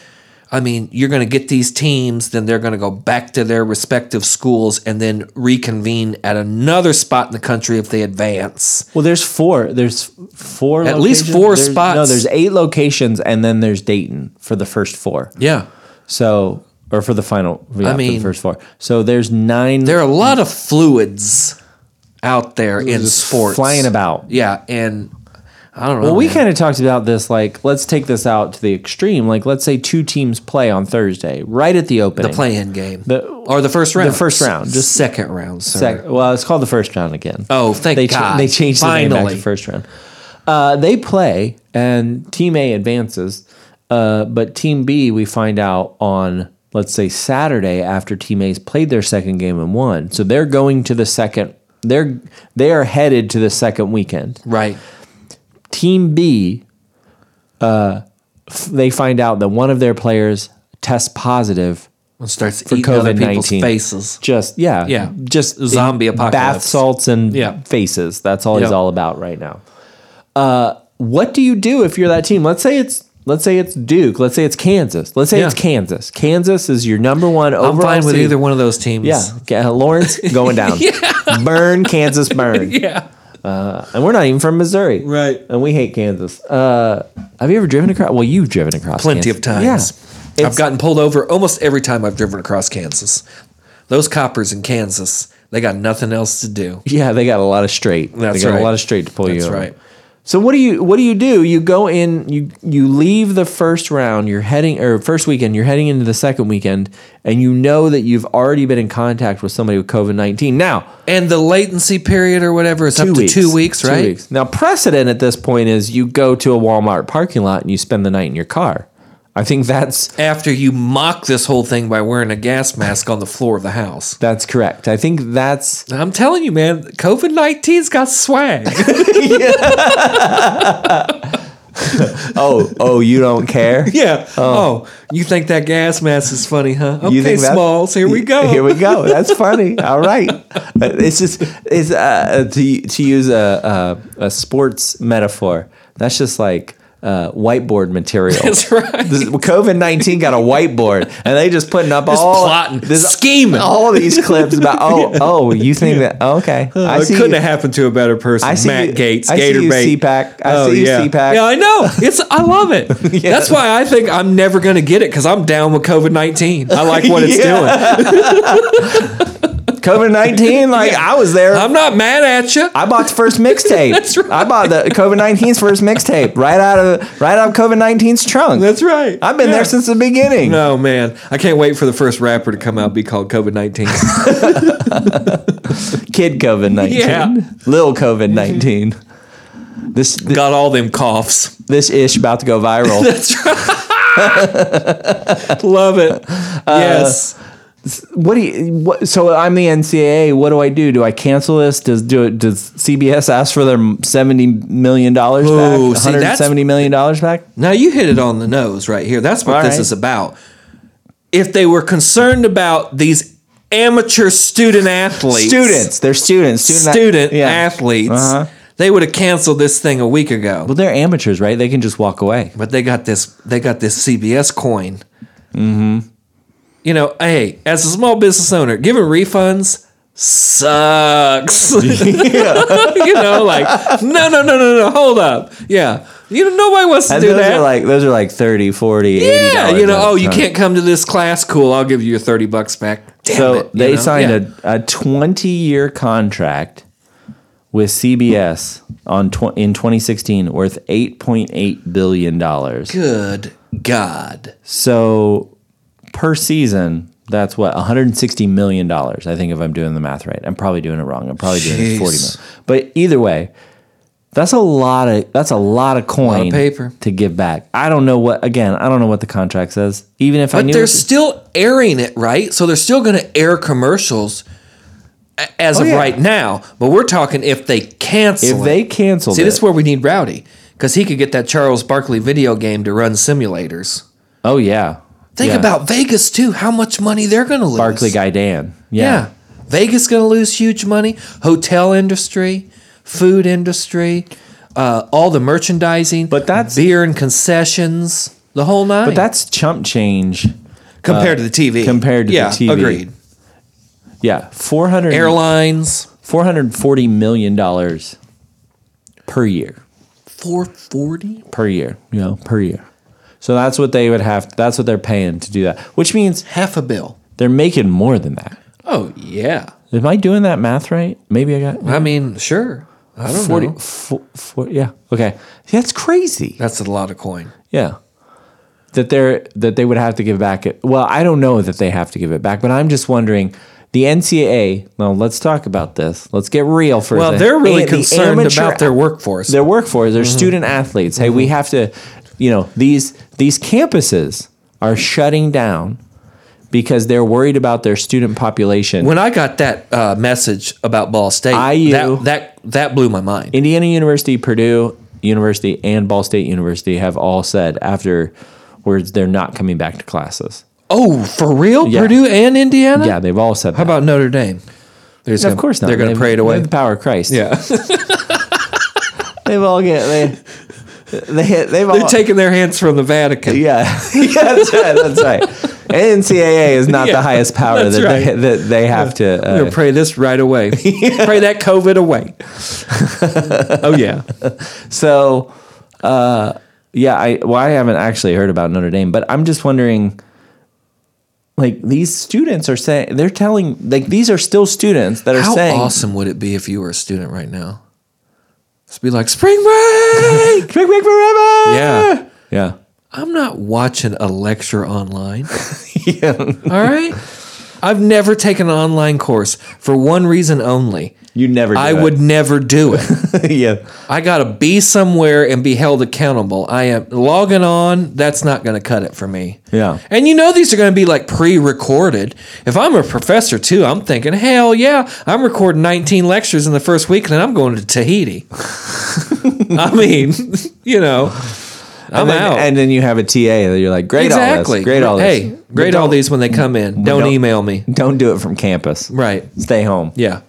B: I mean, you're going to get these teams, then they're going to go back to their respective schools and then reconvene at another spot in the country if they advance.
A: Well, there's four. There's four.
B: At least
A: locations?
B: four
A: There's-
B: spots.
A: No, there's eight locations, and then there's Dayton for the first four.
B: Yeah.
A: So, or for the final. Yeah, for
B: mean-
A: the first four. So there's nine.
B: There are a lot of fluids out there in
A: just
B: sports.
A: flying about.
B: Yeah. And I don't know.
A: well, we
B: man.
A: kind of talked about this. Like, let's take this out to the extreme. Like, let's say two teams play on Thursday, right at the opening.
B: the play in game.
A: The-
B: or the first round.
A: first round, just-
B: second round. Sir.
A: Sec- well, it's called the first round again.
B: Oh, thank
A: they
B: God.
A: they changed the name back
B: Finally.
A: to first round. Uh, they play, and Team A advances, uh, but Team B we find out on let's say Saturday after Team A's played their second game and won, so they're going to the second. They're they are headed to the second weekend.
B: Right.
A: Team B, uh, f- they find out that one of their players tests positive
B: It starts
A: for
B: eating other
A: COVID
B: people's
A: nineteen
B: faces.
A: Just yeah,
B: Yeah.
A: just
B: Zombie
A: Bath
B: apocalypse.
A: salts and
B: Yeah.
A: faces. That's all he's
B: Yep.
A: all about right now. Uh, what do you do if you're that team? Let's say it's let's say it's Duke. Let's say it's Kansas. Let's say
B: Yeah.
A: it's Kansas. Kansas is your number one overall.
B: I'm fine with
A: seed.
B: either one of those teams.
A: Yeah, okay, uh, Lawrence going down.
B: (laughs)
A: Burn Kansas, burn. Uh,
B: Yeah.
A: And we're not even from Missouri,
B: Right.
A: And we hate Kansas. Uh, have you ever driven across? Well, you've driven across
B: Plenty
A: Kansas.
B: of times.
A: Yeah.
B: I've gotten pulled over almost every time I've driven across Kansas. Those coppers in Kansas, they got nothing else to do.
A: Yeah, they got a lot of straight.
B: That's
A: they got
B: right.
A: a lot of straight to pull you.
B: That's
A: over.
B: right.
A: So what do you what do you do? You go in, you you leave the first round, you're heading or first weekend, you're heading into the second weekend, and you know that you've already been in contact with somebody with COVID nineteen. Now
B: And the latency period or whatever is up to two weeks, right?
A: Now precedent at this point is you go to a Walmart parking lot and you spend the night in your car. I think that's
B: After you mock this whole thing by wearing a gas mask on the floor of the house.
A: that's correct. I think that's
B: I'm telling you, man, COVID 19's got swag.
A: (laughs) oh oh you don't (laughs) care.
B: (laughs) yeah. Oh. you think that gas mask is funny, huh?
A: You
B: Okay,
A: think that's-
B: Smalls, here we go.
A: (laughs) Here we go. That's
B: (laughs)
A: funny. All right. Uh, It's just it's uh, to to use a, a a sports metaphor. That's just like uh, whiteboard material.
B: That's right.
A: COVID nineteen got a whiteboard, and they just putting up all
B: plotting,
A: this-
B: scheming.
A: all these clips about
B: (laughs)
A: oh oh you think that okay I
B: it
A: see
B: couldn't
A: you-
B: have happened to a better person.
A: I see
B: Matt
A: you-
B: Gates,
A: I see
B: Gator
A: you,
B: Bait. Oh,
A: CPAC. I see you,
B: yeah.
A: CPAC.
B: Yeah, I know. It's I
A: (laughs)
B: love it. That's why I think I'm never gonna get it because I'm down with COVID nineteen. I like what it's
A: (laughs)
B: doing.
A: COVID nineteen
B: (laughs)
A: like I was there
B: I'm not mad at you.
A: I bought the first mixtape.
B: (laughs) That's right.
A: I bought the COVID 19's first mixtape right out of right out of COVID 19's trunk.
B: That's right.
A: I've been
B: Yeah.
A: there since the beginning.
B: No man, I can't wait for the first rapper to come out and be called COVID nineteen.
A: (laughs) Kid COVID 19.
B: Yeah.
A: Little COVID 19. This thi-
B: Got all them
A: (laughs)
B: coughs.
A: this ish about to go viral.
B: That's right. (laughs) love it. Uh, yes.
A: what do you? What, so I'm the NCAA. What do I do? Do I cancel this? Does do it, does CBS ask for their seventy million dollars back?
B: Ooh,
A: One
B: see,
A: hundred
B: that's-
A: seventy million dollars back?
B: Now you hit it on the nose right here. That's what
A: All
B: this
A: right.
B: is about. If they were concerned about these amateur student athletes,
A: Students, they're students.
B: student, athletes,
A: Uh-huh.
B: they would have canceled this thing a week ago.
A: Well, they're amateurs, right? They can just walk away.
B: But they got this. They got this CBS coin. Mm-hmm. You know, hey, as a small business owner, giving refunds
A: (laughs)
B: sucks. (laughs) you know, like no, no, no, no, no. Hold up. Yeah, you know, nobody wants to
A: And
B: do
A: those
B: that.
A: are like those are like 30 40 80
B: Yeah,
A: dollars
B: you know,
A: up
B: oh, you
A: front.
B: can't come to this class. Cool, I'll give you your thirty bucks back. Damn
A: so
B: it, you
A: they
B: know?
A: signed
B: Yeah.
A: a, a 20 year contract with cbs on tw- in 2016 worth 8.8 billion dollars
B: good God.
A: so per season that's what 160 million dollars i think if i'm doing the math right i'm probably doing it wrong i'm probably doing it 40
B: Jeez.
A: million but either way that's a lot of that's a lot of coin
B: paper.
A: to give back i don't know what again i don't know what the contract says even if i
B: But
A: knew
B: they're
A: it-
B: still airing it, right? So they're still going to air commercials a- as of
A: yeah.
B: right now. But we're talking Oh, if they cancel.
A: If
B: it.
A: they canceled
B: see,
A: it,
B: this is where we need Rowdy because he could get that Charles Barkley video game to run simulators.
A: oh yeah,
B: Think
A: Yeah.
B: about Vegas too. How much money they're going to lose?
A: Barkley guy Dan.
B: Yeah.
A: Yeah,
B: Vegas going to lose huge money. Hotel industry, food industry, uh, all the merchandising,
A: But that's-
B: beer and concessions, the whole nine.
A: but that's chump change.
B: Uh, compared to the TV.
A: compared to the
B: yeah,
A: TV.
B: agreed.
A: Yeah, 400,
B: Airlines,
A: 440 million dollars per year,
B: 440.
A: per year, you know, per year. So that's what they would have. That's what they're paying to do that, which means
B: Half a bill.
A: they're making more than that.
B: Oh, yeah.
A: Am I doing that math right? Maybe I got
B: I mean, sure. I don't
A: 40,
B: know.
A: fo- fo- yeah. Okay, that's crazy.
B: That's a lot of coin.
A: Yeah. That they're that they would have to give back it. Well, I don't know that they have to give it back, but I'm just wondering the NCAA. Now let's talk about this. Let's get real for a
B: Well,
A: second.
B: they're really
A: A- the
B: concerned
A: amateur
B: about their Mm-hmm. workforce.
A: their workforce, their student athletes. Hey, we have to, you know, these these campuses are shutting down because they're worried about their student population.
B: When I got that uh, message about Ball State,
A: IU.
B: that that, that blew my mind.
A: Indiana University, Purdue University, and Ball State University have all said afterwards they're not coming back to classes.
B: oh, for real? Purdue and Indiana?
A: Yeah, they've all said that.
B: How about Notre Dame? They're just
A: Of
B: gonna-
A: course not.
B: They're going
A: They've-
B: to pray it
A: they have
B: away.
A: The power of Christ.
B: (laughs) Yeah.
A: They've all get they they they've all
B: (laughs) They're taking their hands from the
A: (laughs)
B: Vatican.
A: yeah (laughs) yeah that's right that's right. NCAA is not
B: Yeah,
A: the highest power
B: that's
A: that they
B: right.
A: that they have to.
B: They're
A: Uh,
B: gonna pray this right
A: (laughs)
B: away. Pray that COVID away. oh yeah.
A: so uh, yeah, I well I haven't actually heard about Notre Dame, but I'm just wondering. Like these students are saying, they're telling like these are still students that are
B: How
A: saying,
B: awesome would it be if you were a student right now? Just be like spring
A: (laughs)
B: break.
A: "Drink Big forever."
B: yeah.
A: yeah.
B: I'm not watching a lecture online. All right. I've never taken an online course for one reason only.
A: You never do
B: I
A: it.
B: would never do it.
A: (laughs) yeah.
B: I gotta be somewhere and be held accountable. I am logging on. That's not gonna cut it for me.
A: Yeah.
B: And you know these are gonna be like pre-recorded. If I'm a professor too, I'm thinking, hell yeah, I'm recording 19 lectures in the first week, and then I'm going
A: (laughs)
B: to Tahiti. I mean, you know, I'm
A: and then,
B: out.
A: And then you have a TA that you're like, great all
B: exactly.
A: this, great all this.
B: Hey, grade all these when they come in. Don't,
A: don't-
B: email me.
A: Don't do it from campus.
B: Right.
A: Stay home.
B: Yeah.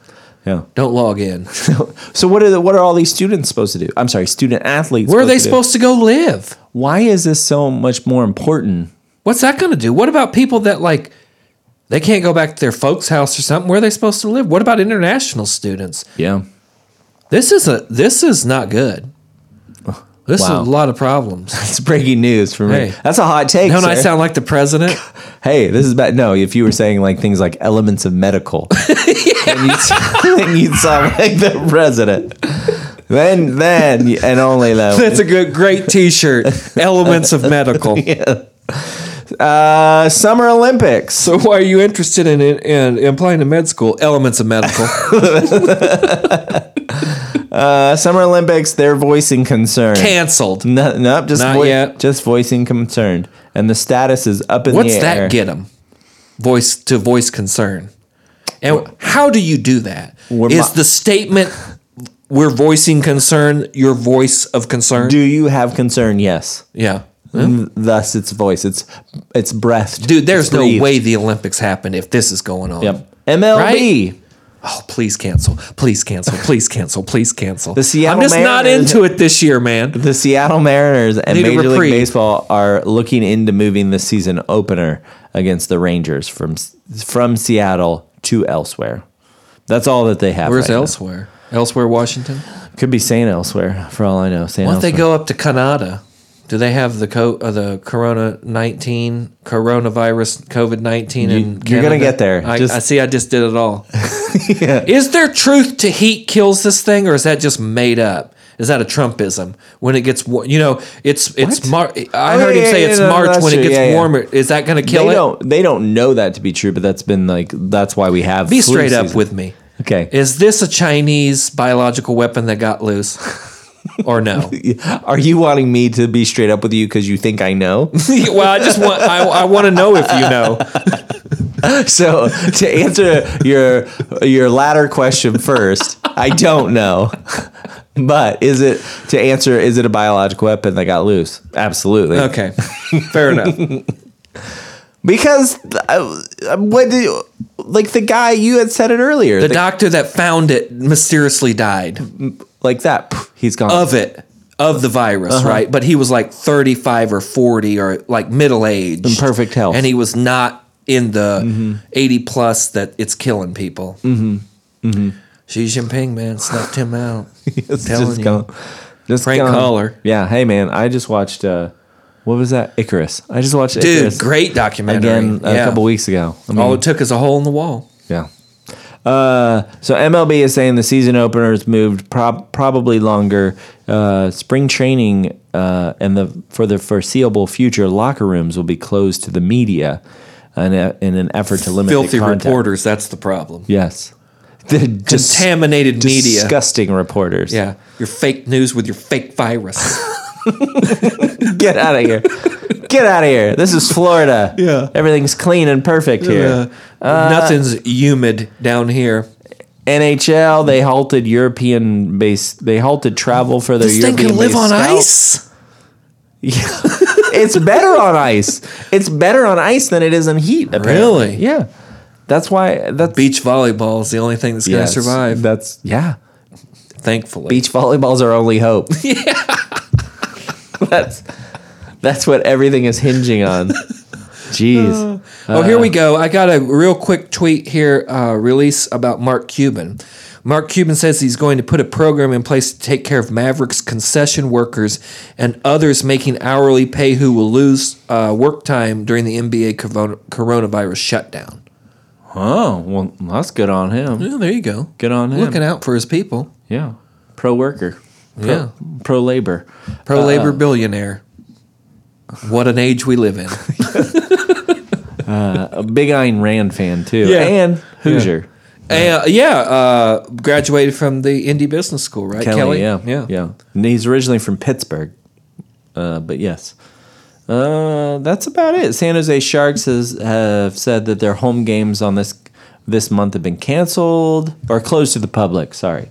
A: Yeah. (laughs)
B: Don't log in.
A: So what are the, what are all these students supposed to do? I'm sorry, student athletes.
B: Where are they
A: to do?
B: supposed to go live?
A: Why is this so much more important?
B: What's that going to do? What about people that like they can't go back to their folks' house or something? Where are they supposed to live? What about international students?
A: Yeah.
B: This is a this is not good. This
A: Wow.
B: is a lot of problems. (laughs)
A: It's breaking news for me.
B: Hey.
A: That's a hot take.
B: Don't I
A: sir.
B: sound like the president?
A: hey, this is bad. No, if you were saying like things like elements of
B: (laughs)
A: medical, then, you'd, then you'd sound like the president. Then, then, and only then.
B: (laughs) (laughs) That's a good great T-shirt. (laughs) Elements of (laughs) medical.
A: Uh, Summer Olympics.
B: So why are you interested in in, in applying to med school? Elements of (laughs) medical.
A: Uh, Summer Olympics. They're voicing concern.
B: Canceled.
A: No, nope, just
B: Not
A: voi-
B: yet.
A: just voicing concern, and the status is up in
B: What's
A: the air.
B: that get them? Voice to voice concern. And how do you do that? Is
A: We're mo-
B: the statement we're voicing concern your voice of concern?
A: Do you have concern? Yes.
B: yeah.
A: And thus, its voice, its its breath.
B: Dude, there's
A: It's
B: no
A: breathed.
B: way the Olympics happened if this is going on.
A: Yep. MLB.
B: Oh, please cancel. Please
A: (laughs)
B: cancel. Please cancel. Please cancel. The
A: Seattle
B: I'm just not
A: Mariners-
B: into it this year, man.
A: The Seattle Mariners and
B: Need a
A: Major League
B: reprieve.
A: Baseball are looking into moving the season opener against the Rangers from from Seattle to elsewhere. That's all that they have.
B: Where's
A: right now.
B: elsewhere? Elsewhere, Washington?
A: Could be saying elsewhere for all I know. Saying
B: Why don't they
A: elsewhere.
B: go up to Canada? Do they have the co- uh, the Corona nineteen coronavirus COVID nineteen? in
A: you're gonna
B: Canada?
A: get there.
B: I,
A: Just-
B: I see. I just did
A: (laughs)
B: it all. Is there truth to heat kills this thing, or is that just made up? Is that a Trumpism? When it gets, wa- you know, it's it's Mar- I
A: Oh,
B: heard
A: yeah,
B: him say
A: yeah,
B: it's
A: yeah, no,
B: March
A: that's
B: when it
A: true.
B: gets
A: Yeah, yeah.
B: warmer. Is that going to kill
A: They
B: it?
A: don't. They don't know that to be true, but that's been like that's why we have.
B: Be
A: flu
B: straight up
A: season.
B: with me.
A: Okay.
B: Is this a Chinese biological weapon that got
A: (laughs)
B: loose, or no? (laughs)
A: Are you wanting me to be straight up with you because you think I
B: (laughs)
A: know?
B: well, I just want I, I want to know if you know.
A: so to answer your your latter question first, I don't know. But is it to answer? Is it a biological weapon that got loose? Absolutely.
B: Okay, fair enough.
A: Because uh, what did like the guy you had said it earlier,
B: (laughs) The
A: the-
B: doctor that found it mysteriously died
A: like that pff, he's gone.
B: of it, of the virus,
A: Uh-huh.
B: right? But he was like 35 or 40 or like middle age. In
A: perfect health. Mm-hmm.
B: And he was not in the 80 plus that it's killing people. Mm hmm. Mm hmm.
A: Mm-hmm.
B: Xi Jinping, man, snuffed
A: (laughs)
B: him out.
A: It's
B: telling
A: just
B: you.
A: gone. Just
B: Frank
A: gone.
B: Collar.
A: Yeah. Hey man, I just watched. uh What was that? Icarus. I just watched
B: Dude,
A: Icarus
B: great documentary.
A: again a
B: Yeah.
A: couple weeks ago. I mean,
B: All it took is a hole in the wall.
A: Yeah. Uh, so MLB is saying the season opener is moved prob- probably longer. Uh, spring training uh, and the for the foreseeable future, locker rooms will be closed to the media, in, a, in an effort to limit the
B: Filthy
A: contact.
B: reporters, that's the problem.
A: Yes, (laughs) the dis-
B: Contaminated media.
A: disgusting reporters.
B: Yeah. Your fake news with your fake virus.
A: get out of here, get out of here. This is Florida.
B: Yeah.
A: everything's clean and perfect here.
B: Uh, Nothing's humid down here.
A: NHL they halted European base. They halted travel for their
B: This thing
A: European
B: can live
A: based
B: on
A: scouts.
B: ice. (laughs)
A: it's better on ice. It's better on ice than it is in heat. Apparently.
B: Really?
A: Yeah. That's why. That's
B: Beach volleyball is the only thing that's going
A: yes,
B: to survive.
A: That's yeah.
B: thankfully,
A: Beach volleyball's our only
B: (laughs)
A: hope. yeah. (laughs) That's that's what everything is hinging
B: (laughs)
A: on. Jeez.
B: oh, here we go. I got a real quick tweet here, uh, release about Mark Cuban. Mark Cuban says he's going to put a program in place to take care of Mavericks concession workers and others making hourly pay who will lose uh, work time during the NBA corona- coronavirus shutdown.
A: Oh well, that's good on him.
B: Well, there you go.
A: Good on him.
B: Looking out for his people.
A: Yeah. Pro worker. Pro,
B: Yeah.
A: Pro labor. (laughs)
B: Pro labor billionaire. What an age we live in.
A: Uh, a big Ayn Rand fan too,
B: Yeah.
A: and Hoosier.
B: Uh, yeah, uh, graduated from the Indy Business School, right, Uh, Kelly?
A: yeah,
B: yeah,
A: yeah. And he's originally from Pittsburgh, uh, but yes, uh, that's about it. San Jose Sharks has have said that their home games on this this month have been canceled or closed to the public. Sorry,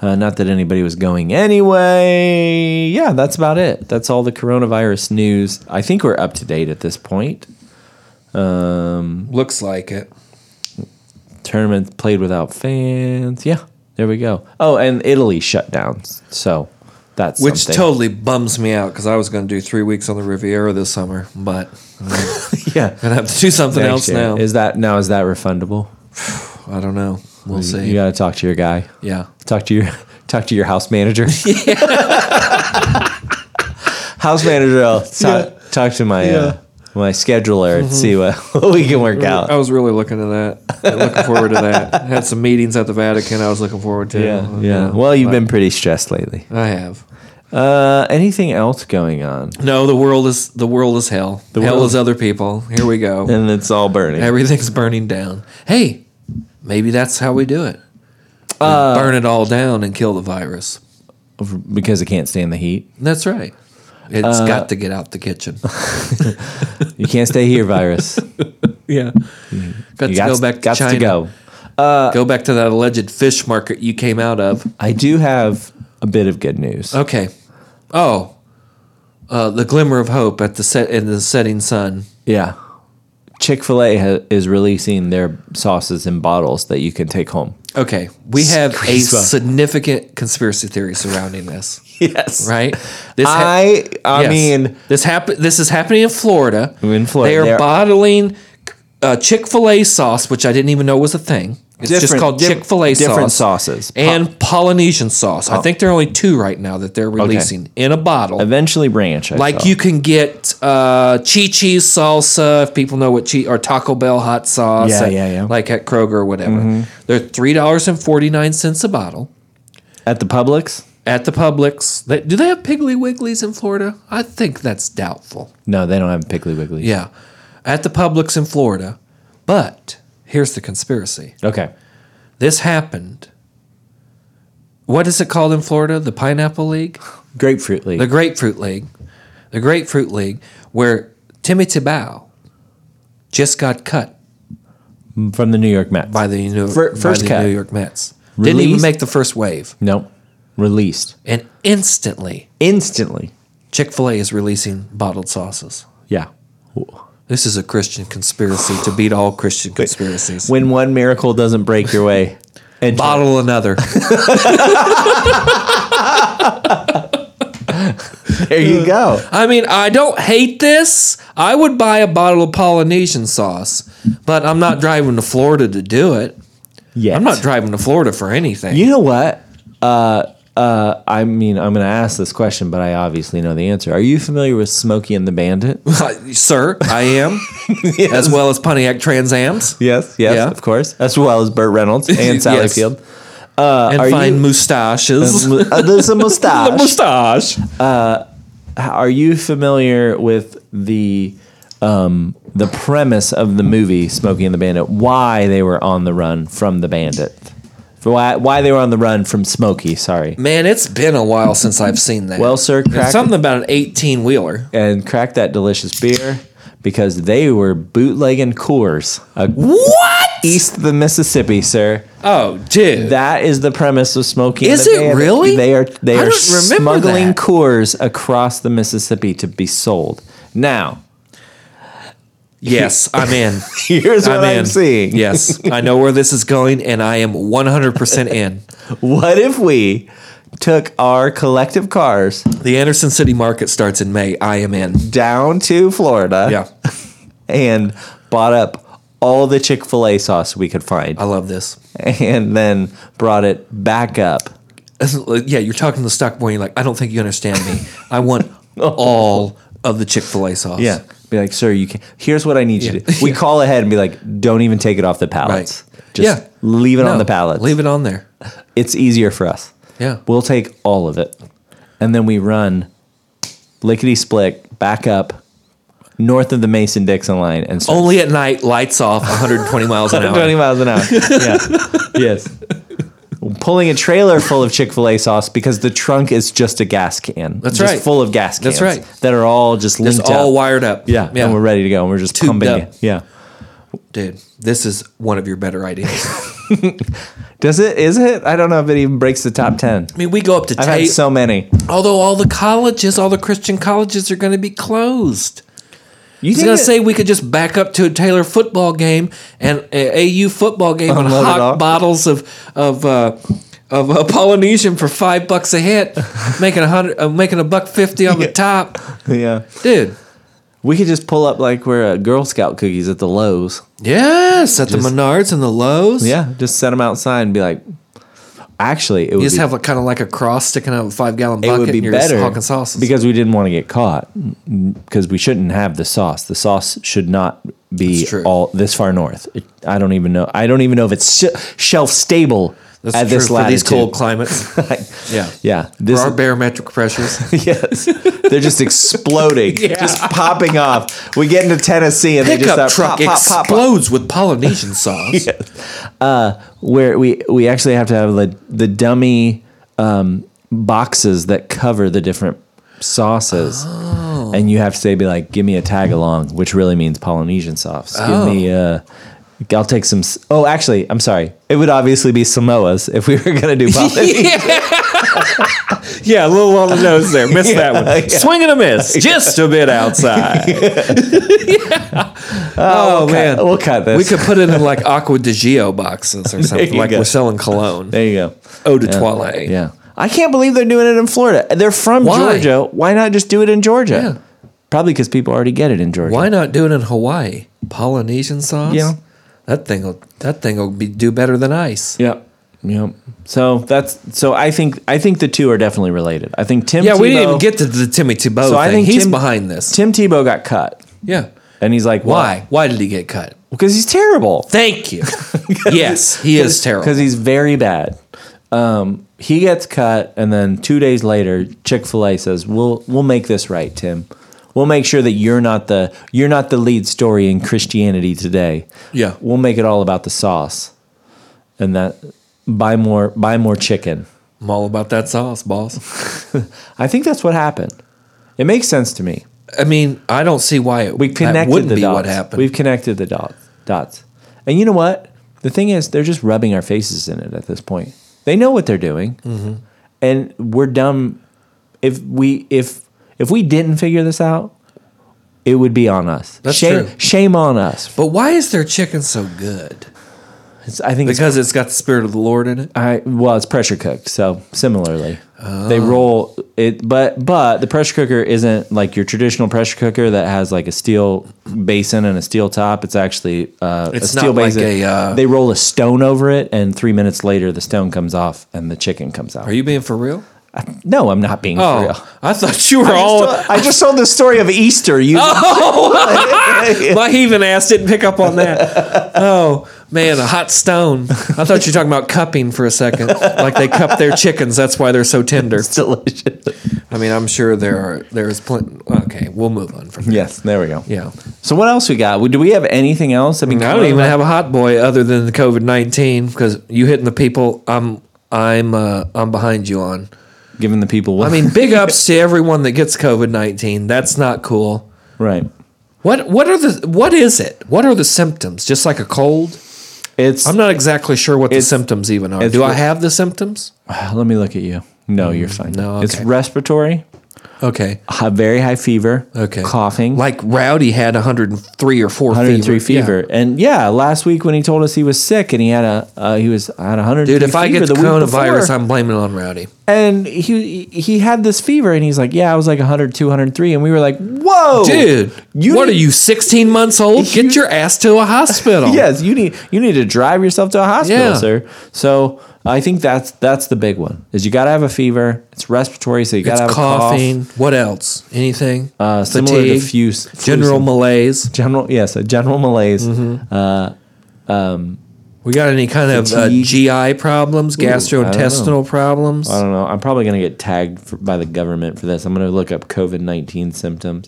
A: uh, not that anybody was going anyway. Yeah, that's about it. That's all the coronavirus news. I think we're up to date at this point.
B: Looks like it.
A: Tournament played without fans. Yeah, there we go. Oh, and Italy shut down. So that's
B: Which
A: something.
B: totally bums me out because I was going to do three weeks on the Riviera this summer, but (laughs)
A: (laughs) yeah.
B: I'm going to have to do something
A: Next
B: else
A: year.
B: now.
A: Is that now? Is that refundable?
B: I don't know. We'll see.
A: You got to talk to your guy.
B: yeah.
A: Talk to your (laughs) talk to your house (laughs) manager. (laughs) house manager. I'll talk, talk to my uh, my scheduler and see what, (laughs) what we can work out.
B: I was really looking to that. looking forward
A: (laughs)
B: to that. Had some meetings at the Vatican. I was looking forward to. Uh,
A: yeah, Oh, yeah. Well, you've been pretty stressed lately.
B: I have.
A: Uh, anything else going on?
B: No, the world is the world is hell. The hell
A: world-
B: is other people. Here we go.
A: And it's all burning.
B: (laughs) Everything's burning down. Hey, maybe that's how we do it. We burn it all down and kill the virus.
A: because I can't stand the heat.
B: That's right. It's got to get out the kitchen.
A: You can't stay here, (laughs) virus.
B: (laughs) yeah. Mm-hmm. Got
A: You
B: to
A: gots-
B: go back to
A: gots
B: China.
A: to go.
B: Go back to that alleged fish market you came out of.
A: I do have a bit of good news.
B: Okay. Oh. Uh, the glimmer of hope at the set in the setting sun.
A: Yeah. Chick fil A ha- is releasing their sauces in bottles that you can take
B: (laughs)
A: home.
B: Okay, we have
A: Squeeze
B: a
A: one.
B: significant conspiracy theory surrounding this,
A: Yes.
B: (laughs) right? This ha-
A: I, I
B: Yes.
A: mean,
B: this happen. This is happening in Florida.
A: In Florida,
B: they are
A: they're-
B: bottling uh, Chick Fil A sauce, which I didn't even know was a thing. It's just
A: Different-
B: called
A: diff-
B: Chick Fil A sauce.
A: different sauces. Oh. Po-
B: and Polynesian sauce. I think there are only two right now that they're releasing in a bottle.
A: eventually ranch. I
B: Like
A: thought.
B: you can get uh chi salsa if people know what chi or Taco Bell hot sauce.
A: Yeah,
B: at-
A: yeah, Mm-hmm. yeah.
B: Like at Kroger or whatever. They're three dollars and forty nine cents a bottle
A: At the Publix?
B: at the Publix. They, do they have Piggly Wigglies in Florida? I think that's doubtful.
A: No, they don't have Piggly Wiggly.
B: Yeah, at the Publix in Florida. But here's the conspiracy.
A: Okay.
B: This happened. What is it called in Florida? The Pineapple League.
A: Grapefruit League.
B: the Grapefruit League, the Grapefruit League, where Timmy Tebow just got cut
A: from the New York Mets.
B: by the New,
A: Fir-
B: by
A: first
B: the
A: cut.
B: New York Mets. Didn't even
A: Released?
B: make the first wave,
A: no. Released.
B: and instantly
A: Instantly.
B: Chick Fil A is releasing bottled sauces.
A: Yeah.
B: This is a Christian conspiracy to beat all Christian conspiracies.
A: When one miracle doesn't break your
B: (laughs)
A: way. And
B: Bottle another.
A: there you go.
B: I mean, I don't hate this. I would buy a bottle of Polynesian sauce, but I'm not driving to Florida to do it.
A: Yes.
B: (laughs) I'm not driving to Florida for anything.
A: You know what? Uh, uh, I mean, I'm going to ask this question, but I obviously know the answer. Are you familiar with Smokey and the Bandit?
B: (laughs) Sir, I am, as well as Pontiac Trans Ams
A: (laughs) Yes, yes,
B: Yeah.
A: of course, as well as Burt (laughs) Reynolds and Sally
B: Yes.
A: Field.
B: and
A: Uh, are
B: fine
A: you- (laughs)
B: mustaches. (laughs)
A: Uh, There's a
B: The
A: mustache.
B: mustache.
A: Are you familiar with the um, the premise of the movie Smokey and the Bandit? Why they were on the run from the bandit? For why why they were on the run from Smokey? Sorry.
B: Man, it's been a while since I've seen that.
A: Well, sir,
B: There's
A: crack-
B: something about an 18 wheeler.
A: And crack that delicious beer because they were bootlegging Coors uh,
B: What?
A: east of the Mississippi, sir.
B: Oh, dude.
A: That is the premise of Smokey. and
B: Is
A: the
B: it
A: Bandit.
B: really?
A: They are they
B: I
A: are
B: don't remember
A: smuggling
B: that.
A: Coors across the Mississippi to be sold. Now,
B: (laughs)
A: (laughs)
B: yes, I'm in.
A: here's what
B: I'm
A: I'm,
B: in.
A: seeing.
B: Yes, I know where this is going, and I am 100% in.
A: What if we took our collective cars
B: The Anderson City Market starts in May. I
A: (laughs)
B: am in.
A: down to Florida
B: Yeah,
A: and bought up all the Chick Fil A sauce we could find,
B: I love this.
A: and then brought it back up?
B: yeah, you're talking to the stock boy. You're like, I don't think you understand me.
A: (laughs)
B: I want all of the Chick Fil A sauce.
A: be like, sir, you can. Here's what I need you to. do. We call ahead and be like, don't even take it off the pallets.
B: Right.
A: Just
B: Yeah.
A: leave it
B: No,
A: on the pallets.
B: Leave it on there.
A: it's easier for us.
B: Yeah.
A: We'll take all of it. And then we run lickety split back up north of the Mason Dixon line and starts
B: Only at night, lights off, 120
A: (laughs)
B: miles an
A: 20
B: hour.
A: miles an
B: (laughs)
A: hour. Yeah. yes. Pulling a trailer full of Chick fil A sauce because the trunk is just a gas can. That's
B: right.
A: Just full of gas cans.
B: That's right.
A: That are all just linked
B: It's all
A: up.
B: wired up.
A: yeah. And we're ready to go. And we're just pumping
B: up.
A: it. Yeah.
B: Dude, this is one of your better
A: (laughs)
B: ideas.
A: Does it? Is it? I don't know if it even breaks the top 10.
B: I mean, we go up to
A: I've
B: Tate,
A: had so many.
B: although all the colleges, all the Christian colleges are going to be closed.
A: You
B: He's
A: think
B: gonna
A: it-
B: say we could just back up to a Taylor football game and a AU football game on
A: Unload it
B: hot
A: all.
B: bottles of of uh, of uh, Polynesian for five bucks a hit,
A: (laughs)
B: making a hundred, uh, making a buck fifty on the top,
A: (laughs) Yeah.
B: dude.
A: We could just pull up like we're uh, Girl Scout cookies at the Lowe's.
B: Yes, at the Menards and the Lows.
A: Yeah. Just set them outside and be like, actually, it would
B: you just
A: be
B: have a kind of like a cross sticking out of a five gallon
A: it
B: bucket.
A: would be
B: and you're just
A: better
B: hawking sauces.
A: because we didn't want to get caught because we shouldn't have the sauce. The sauce should not be
B: That's true.
A: all this far north. It, I don't even know. I don't even know if it's sh- shelf stable
B: That's
A: at
B: true
A: this
B: for
A: latitude.
B: these
A: (laughs)
B: cold climates. yeah,
A: yeah,
B: for
A: this
B: our barometric pressures.
A: yes, they're just exploding,
B: (laughs) Yeah.
A: just popping off. We get into Tennessee and (laughs) they just
B: Pickup
A: start
B: truck
A: pop, pop, pop, (laughs) pop. Uh,
B: explodes with Polynesian sauce.
A: where we we actually have to have the the dummy um, boxes that cover the different sauces,
B: Oh.
A: and you have to say be like, give me a tag along, which really means Polynesian sauce. Give me.
B: Oh.
A: Uh, I'll take some. s- Oh, actually, I'm sorry. It would obviously be Samoa's if we were gonna
B: (laughs)
A: do Polynesian.
B: Yeah, a little on the nose there. Missed that one.
A: yeah.
B: Swing and a miss, just a bit outside. Yeah. Oh, man,
A: Cut- we'll cut this.
B: (laughs) we could put it in like Aqua Di Gio boxes or something.
A: you
B: Like
A: go.
B: we're selling cologne,
A: there you go.
B: eau de toilette.
A: Yeah, I can't believe they're doing it in Florida. They're from
B: Why?
A: Georgia. Why not just do it in Georgia?
B: Yeah.
A: Probably because people already get it in Georgia.
B: Why not do it in Hawaii? Polynesian sauce.
A: Yeah.
B: that thing will that thing will be do better than ice.
A: Yep. Yep. So that's so I think I think the two are definitely related. I think Tim
B: Yeah,
A: Tebow,
B: we didn't even get to the Timmy Tebow
A: So
B: thing.
A: I think
B: he's
A: Tim-
B: behind this.
A: Tim Tebow got cut.
B: yeah.
A: And he's like,
B: Why? Why did he get cut?
A: Because he's terrible.
B: Thank (laughs) you.
A: (laughs)
B: yes, he is terrible.
A: Because he's very bad. Um, he gets cut and then 2 days later Chick-fil-A says, "We'll we'll make this right, Tim. We'll make sure that you're not the you're not the lead story in Christianity today.
B: Yeah.
A: We'll make it all about the sauce." And that buy more buy more chicken.
B: I'm all about that sauce, boss.
A: I think that's what happened. It makes sense to me.
B: I mean, I don't see why it
A: We
B: that
A: connected
B: wouldn't
A: the
B: be
A: dots.
B: what happened.
A: We've connected the dots. Dots. And you know what? The thing is, they're just rubbing our faces in it at this point. They know what they're doing,
B: Mm-hmm.
A: and we're dumb. If we if if we didn't figure this out, it would be on us.
B: That's
A: shame,
B: true.
A: shame on us.
B: but why is their chicken so good?
A: It's- I think it's
B: Because it's got the spirit of the Lord in it.
A: I well, it's pressure cooked, so similarly,
B: Oh.
A: they roll it. But but the pressure cooker isn't like your traditional pressure cooker that has like a steel basin and a steel top. It's actually uh,
B: It's
A: a steel
B: not like
A: basin.
B: a, uh,
A: they roll a stone over it, and three minutes later, the stone comes off and the chicken comes out.
B: Are you Oh. being for real?
A: no, I'm not being for real.
B: I thought you were (laughs) all.
A: I just told the story of Easter. You (laughs)
B: (laughs) My heathen ass didn't pick up on that. oh man, a hot stone. I thought you were talking about cupping for a second, like they cup their chickens. That's why they're so tender.
A: it's delicious.
B: I mean, I'm sure there are there is plenty. Okay, we'll move on from.
A: Yes, there we go.
B: Yeah,
A: So what else we got? Do we have anything else? I mean,
B: I don't even have a hot boy other than the COVID nineteen because you hitting the people. I'm I'm uh, I'm behind you on.
A: giving the people. What,
B: I mean, big ups to everyone that gets COVID nineteen. That's not cool.
A: right?
B: What what are the what is it? What are the symptoms? Just like a cold?
A: It's
B: I'm not exactly sure what the
A: It's-
B: symptoms even are.
A: it's
B: Do I
A: the-
B: have the symptoms?
A: (sighs) Let me look at you. No, you're fine.
B: Mm, no,
A: it's
B: okay.
A: respiratory,
B: Okay.
A: hi- very high fever,
B: Okay.
A: coughing,
B: Like Rowdy had 103 or 4
A: 103
B: fever. Yeah.
A: fever. And yeah, last week when he told us he was sick and he had a uh, he was at 103
B: Dude, if I
A: fever
B: get the,
A: week
B: coronavirus,
A: before.
B: I'm blaming it on Rowdy.
A: and he he had this fever and he's like, yeah, I was like 100, 203, and we were like, whoa,
B: Dude,
A: Oh, you
B: what
A: need-
B: are you 16 months
A: (laughs)
B: old? Get your ass to a hospital.
A: Yes, you need you need to drive yourself to a hospital,
B: Yeah.
A: sir. So I think that's that's the big one is you got to have a fever. It's respiratory, so you got
B: It's
A: to have
B: coughing. What else? Anything?
A: a cough. Uh, similar to flu- flu
B: general malaise.
A: general yes a general malaise uh,
B: We got any kind of uh,
A: Fatigue.
B: GI problems,
A: know.
B: gastrointestinal problems?
A: i don't know i'm probably going to get tagged for, by the government for this i'm going to look up covid-19 symptoms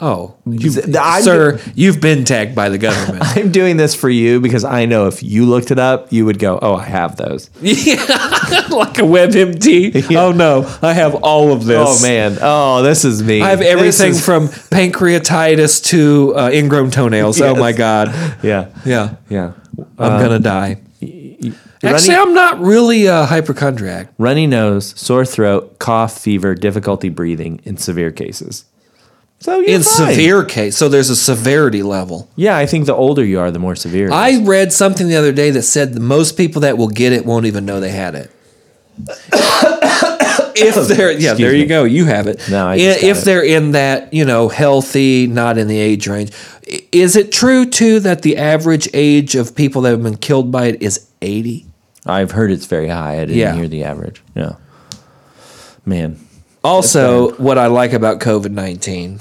B: Oh, you,
A: Th- I'm-
B: sir, you've been tagged by the government.
A: (laughs) (laughs) I'm doing this for you because I know if you looked it up, you would go, "Oh, I have those."
B: yeah, (laughs) like a WebMD. Oh no, I have all of this.
A: Oh man, oh this is me.
B: I have
A: This
B: everything (laughs)
A: is-
B: from pancreatitis to uh, ingrown toenails. Oh
A: Yes. Uh,
B: my god.
A: yeah,
B: Yeah,
A: yeah.
B: I'm gonna die. Actually,
A: Runny,
B: I'm not really a hypochondriac.
A: runny nose, sore throat, cough, fever, difficulty breathing in severe cases. So you're
B: In
A: fine.
B: severe case, so there's a severity level.
A: Yeah, I think the older you are, the more severe. it is.
B: I read something the other day that said that most people that will get it won't even know they
A: (coughs)
B: had it. if they're yeah,
A: Excuse
B: there
A: me.
B: you go, you have it.
A: No, I
B: I-
A: just got
B: if
A: it.
B: they're in that you know healthy, not in the age range, I- is it true too that the average age of people that have been killed by it is eighty?
A: I've heard it's very high. I didn't
B: Yeah.
A: hear the average. Yeah. Man.
B: Also, what I like about
A: (laughs)
B: COVID nineteen,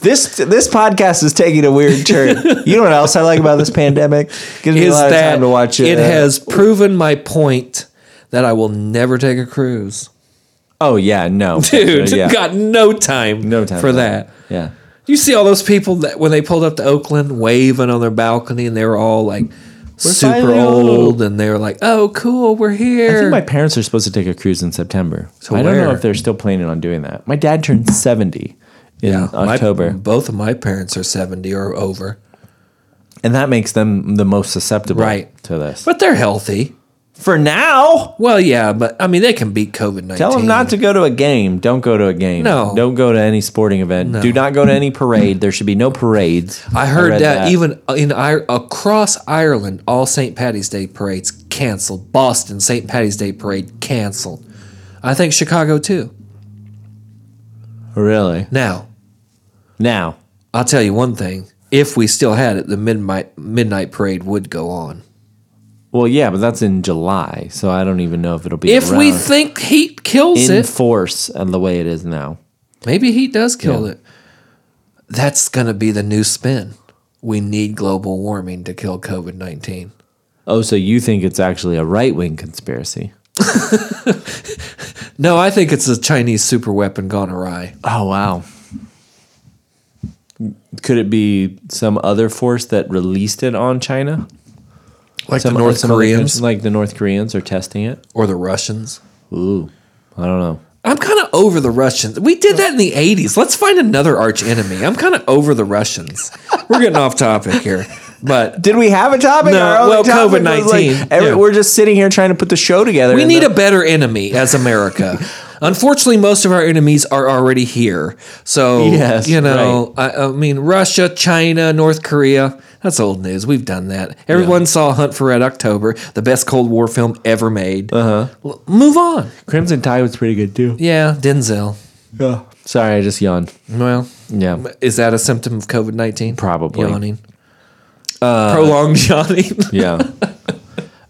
A: This this podcast is taking a weird (laughs) turn. you know what else I like about this pandemic? Gives me a
B: is
A: lot of
B: that
A: time to watch it.
B: it has proven my point that I will never take a cruise.
A: Oh yeah, no.
B: Dude,
A: Yeah.
B: got no time,
A: No time
B: for
A: for
B: that.
A: Yeah.
B: You see all those people that when they pulled up to Oakland waving on their balcony and they were all like super
A: finally
B: old
A: old.
B: and they were like, "Oh, cool, we're
A: I
B: here."
A: think my parents are supposed to take a cruise in September. So I don't know
B: where?
A: if they're still planning on doing that. My dad turned seventy in
B: My-
A: October.
B: both of my parents are 70 or over.
A: and that makes them the most susceptible
B: Right.
A: to this.
B: But they're healthy.
A: for now,
B: Well, yeah, but I mean they can beat COVID-19.
A: tell them not to go to a game. Don't go to a game.
B: No.
A: Don't go to any sporting event. Do not go to any parade. There should be no parades.
B: I heard
A: read
B: that, even in Ir- across Ireland, all St. Patty's Day parades canceled. Boston St. Patty's Day parade canceled. I think Chicago too.
A: Really?
B: Now,
A: Now.
B: I'll tell you one thing. If we still had it, the midnight midnight parade would go on.
A: Well, yeah, but that's in July, so I don't even know if it'll be
B: If we
A: around
B: think heat kills
A: in
B: it,
A: force and the way it is now.
B: maybe heat does kill it. That's going to be the new spin. We need global warming to kill COVID 19.
A: Oh, so you think it's actually a right wing conspiracy?
B: No, I think it's a Chinese super weapon gone awry.
A: Oh, wow. Could it be some other force that released it on China?
B: Like
A: Some
B: the North
A: some other country-
B: Koreans
A: like the North Koreans, are testing it.
B: or the Russians.
A: Ooh, I don't know.
B: I'm kind of over the Russians. We did that in the 80s. Let's find another arch enemy. I'm kind of over the Russians. We're getting off topic here. But
A: Did we have a topic?
B: No,
A: only
B: well,
A: topic was,
B: COVID-19,
A: every-
B: yeah.
A: We're just sitting here trying to put the show together.
B: We
A: and uh,
B: need
A: the-
B: a better enemy
A: (laughs)
B: as America. Unfortunately, most of our enemies are already here. So,
A: Yes,
B: you know, I, I mean, Russia, China, North Korea, that's old news. We've done that. Everyone saw Hunt for Red October, the best Cold War film ever made.
A: Uh-huh.
B: Uh huh. Move on.
A: Crimson Tide was pretty good too.
B: Yeah, Denzel.
A: Yeah. Sorry, I just yawned.
B: Well,
A: Yeah.
B: is that a symptom of COVID 19?
A: Probably. Uh,
B: Yawning. Prolonged (laughs) yawning. (laughs)
A: Yeah.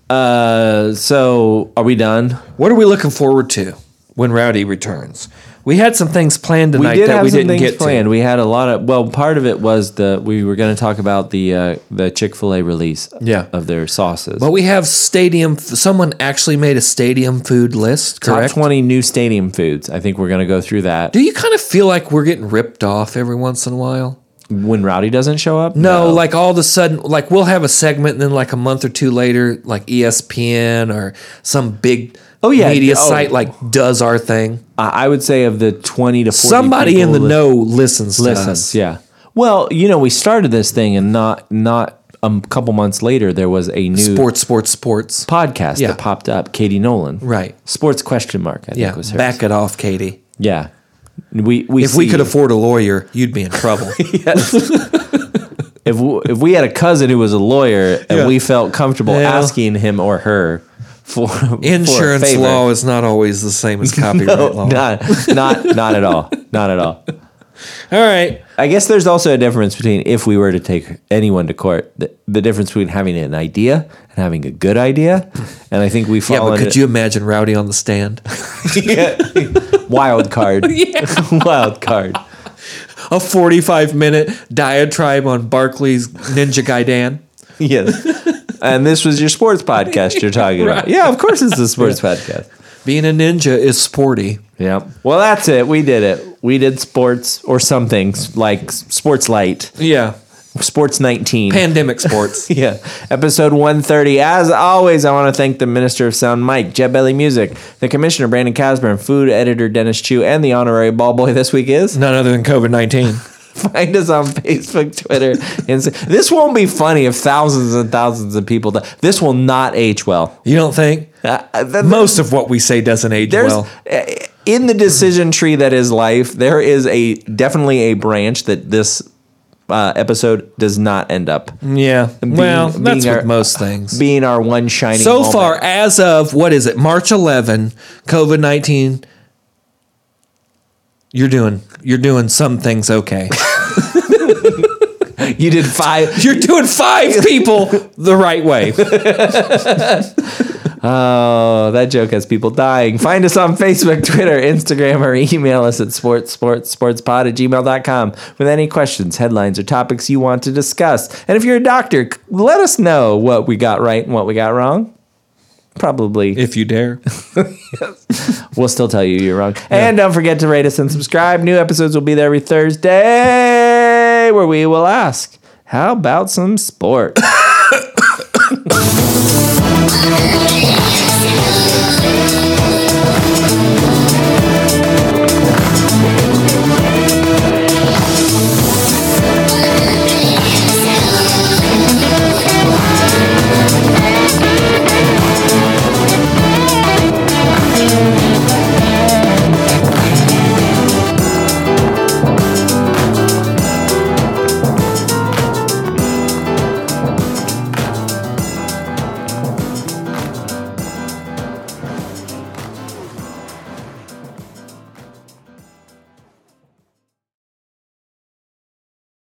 A: uh, so are we done?
B: what are we looking forward to when Rowdy returns? We had some things planned tonight that we didn't get to.
A: planned. We had a lot of well, part of it was the we were going to talk about the uh, the Chick fil A release
B: Yeah.
A: of their sauces.
B: But we have stadium. Someone actually made a stadium food list,
A: Top
B: correct?
A: twenty new stadium foods. I think we're going to go through that
B: Do you kind of feel like we're getting ripped off every once in a while?
A: when Rowdy doesn't show up.
B: No, like all of a sudden, like we'll have a segment, and then like a month or two later, like E ESPN or some big
A: Oh, yeah.
B: media
A: Oh.
B: site like does our thing.
A: I I would say of the twenty to 40
B: Somebody in
A: people
B: the
A: lis-
B: know listens. to
A: listens.
B: us.
A: Yeah. Well, you know, we started this thing, and not not a couple months later, there was a new
B: Sports, sports, sports.
A: podcast
B: Yeah.
A: that popped up. Katie Nolan,
B: Right.
A: Sports question mark. I
B: Yeah,
A: think was her.
B: back it off, Katie.
A: Yeah. We, we
B: If we
A: see-
B: could (laughs) afford a lawyer, you'd be
A: (laughs)
B: in trouble.
A: if we, if we had a cousin who was a lawyer and
B: Yeah.
A: we felt comfortable
B: Yeah.
A: asking him or her for for a
B: Insurance
A: favor. (laughs)
B: law is not always the same as copyright law.
A: not not not at all, not at all.
B: All right.
A: I guess there's also a difference between if we were to take anyone to court, the, the difference between having an idea and having a good idea, and I think we fall
B: Yeah, but
A: into
B: could you imagine Rowdy on the stand?
A: (laughs)
B: (laughs)
A: wild card, (laughs) wild card.
B: A 45 minute diatribe on Barkley's Ninja Gaiden.
A: Yes, and this was your sports podcast you're talking about. Yeah, of course it's a sports podcast.
B: Being a ninja is sporty.
A: Yep. Well, that's it. We did it. We did sports or something s- like sports light,
B: Yeah.
A: sports 19.
B: Pandemic sports.
A: (laughs) yeah, episode 130. As always, I want to thank the Minister of Sound, Mike, Jet Belly Music, the Commissioner, Brandon Casburn, Food Editor, Dennis Chu, and the Honorary Ball Boy this week is. (laughs)
B: (laughs) None other than COVID 19.
A: Find us on Facebook, Twitter, and this won't be funny if thousands and thousands of people die. This will not age well. (laughs)
B: You don't think?
A: Uh, th-
B: Most of what we say doesn't age
A: there's
B: well.
A: uh, in the decision tree that is life there is a definitely a branch that this uh, episode does not end up
B: Yeah. well,
A: being
B: that's
A: our-
B: with most things.
A: being our one shining
B: so
A: moment.
B: far, as of what is it, March 11, COVID 19, you're doing you're doing some things (laughs) okay.
A: you did
B: (laughs)
A: five
B: You're doing five people the right way.
A: oh that joke has people dying find us on facebook twitter instagram or email us at sports sports sportspod at gmail.com with any questions headlines or topics you want to discuss and if you're a doctor c- let us know what we got right and what we got wrong probably
B: If you dare.
A: We'll still tell you you're wrong. And don't forget to rate us and subscribe. New episodes will be there every Thursday where we will ask, how about some sport?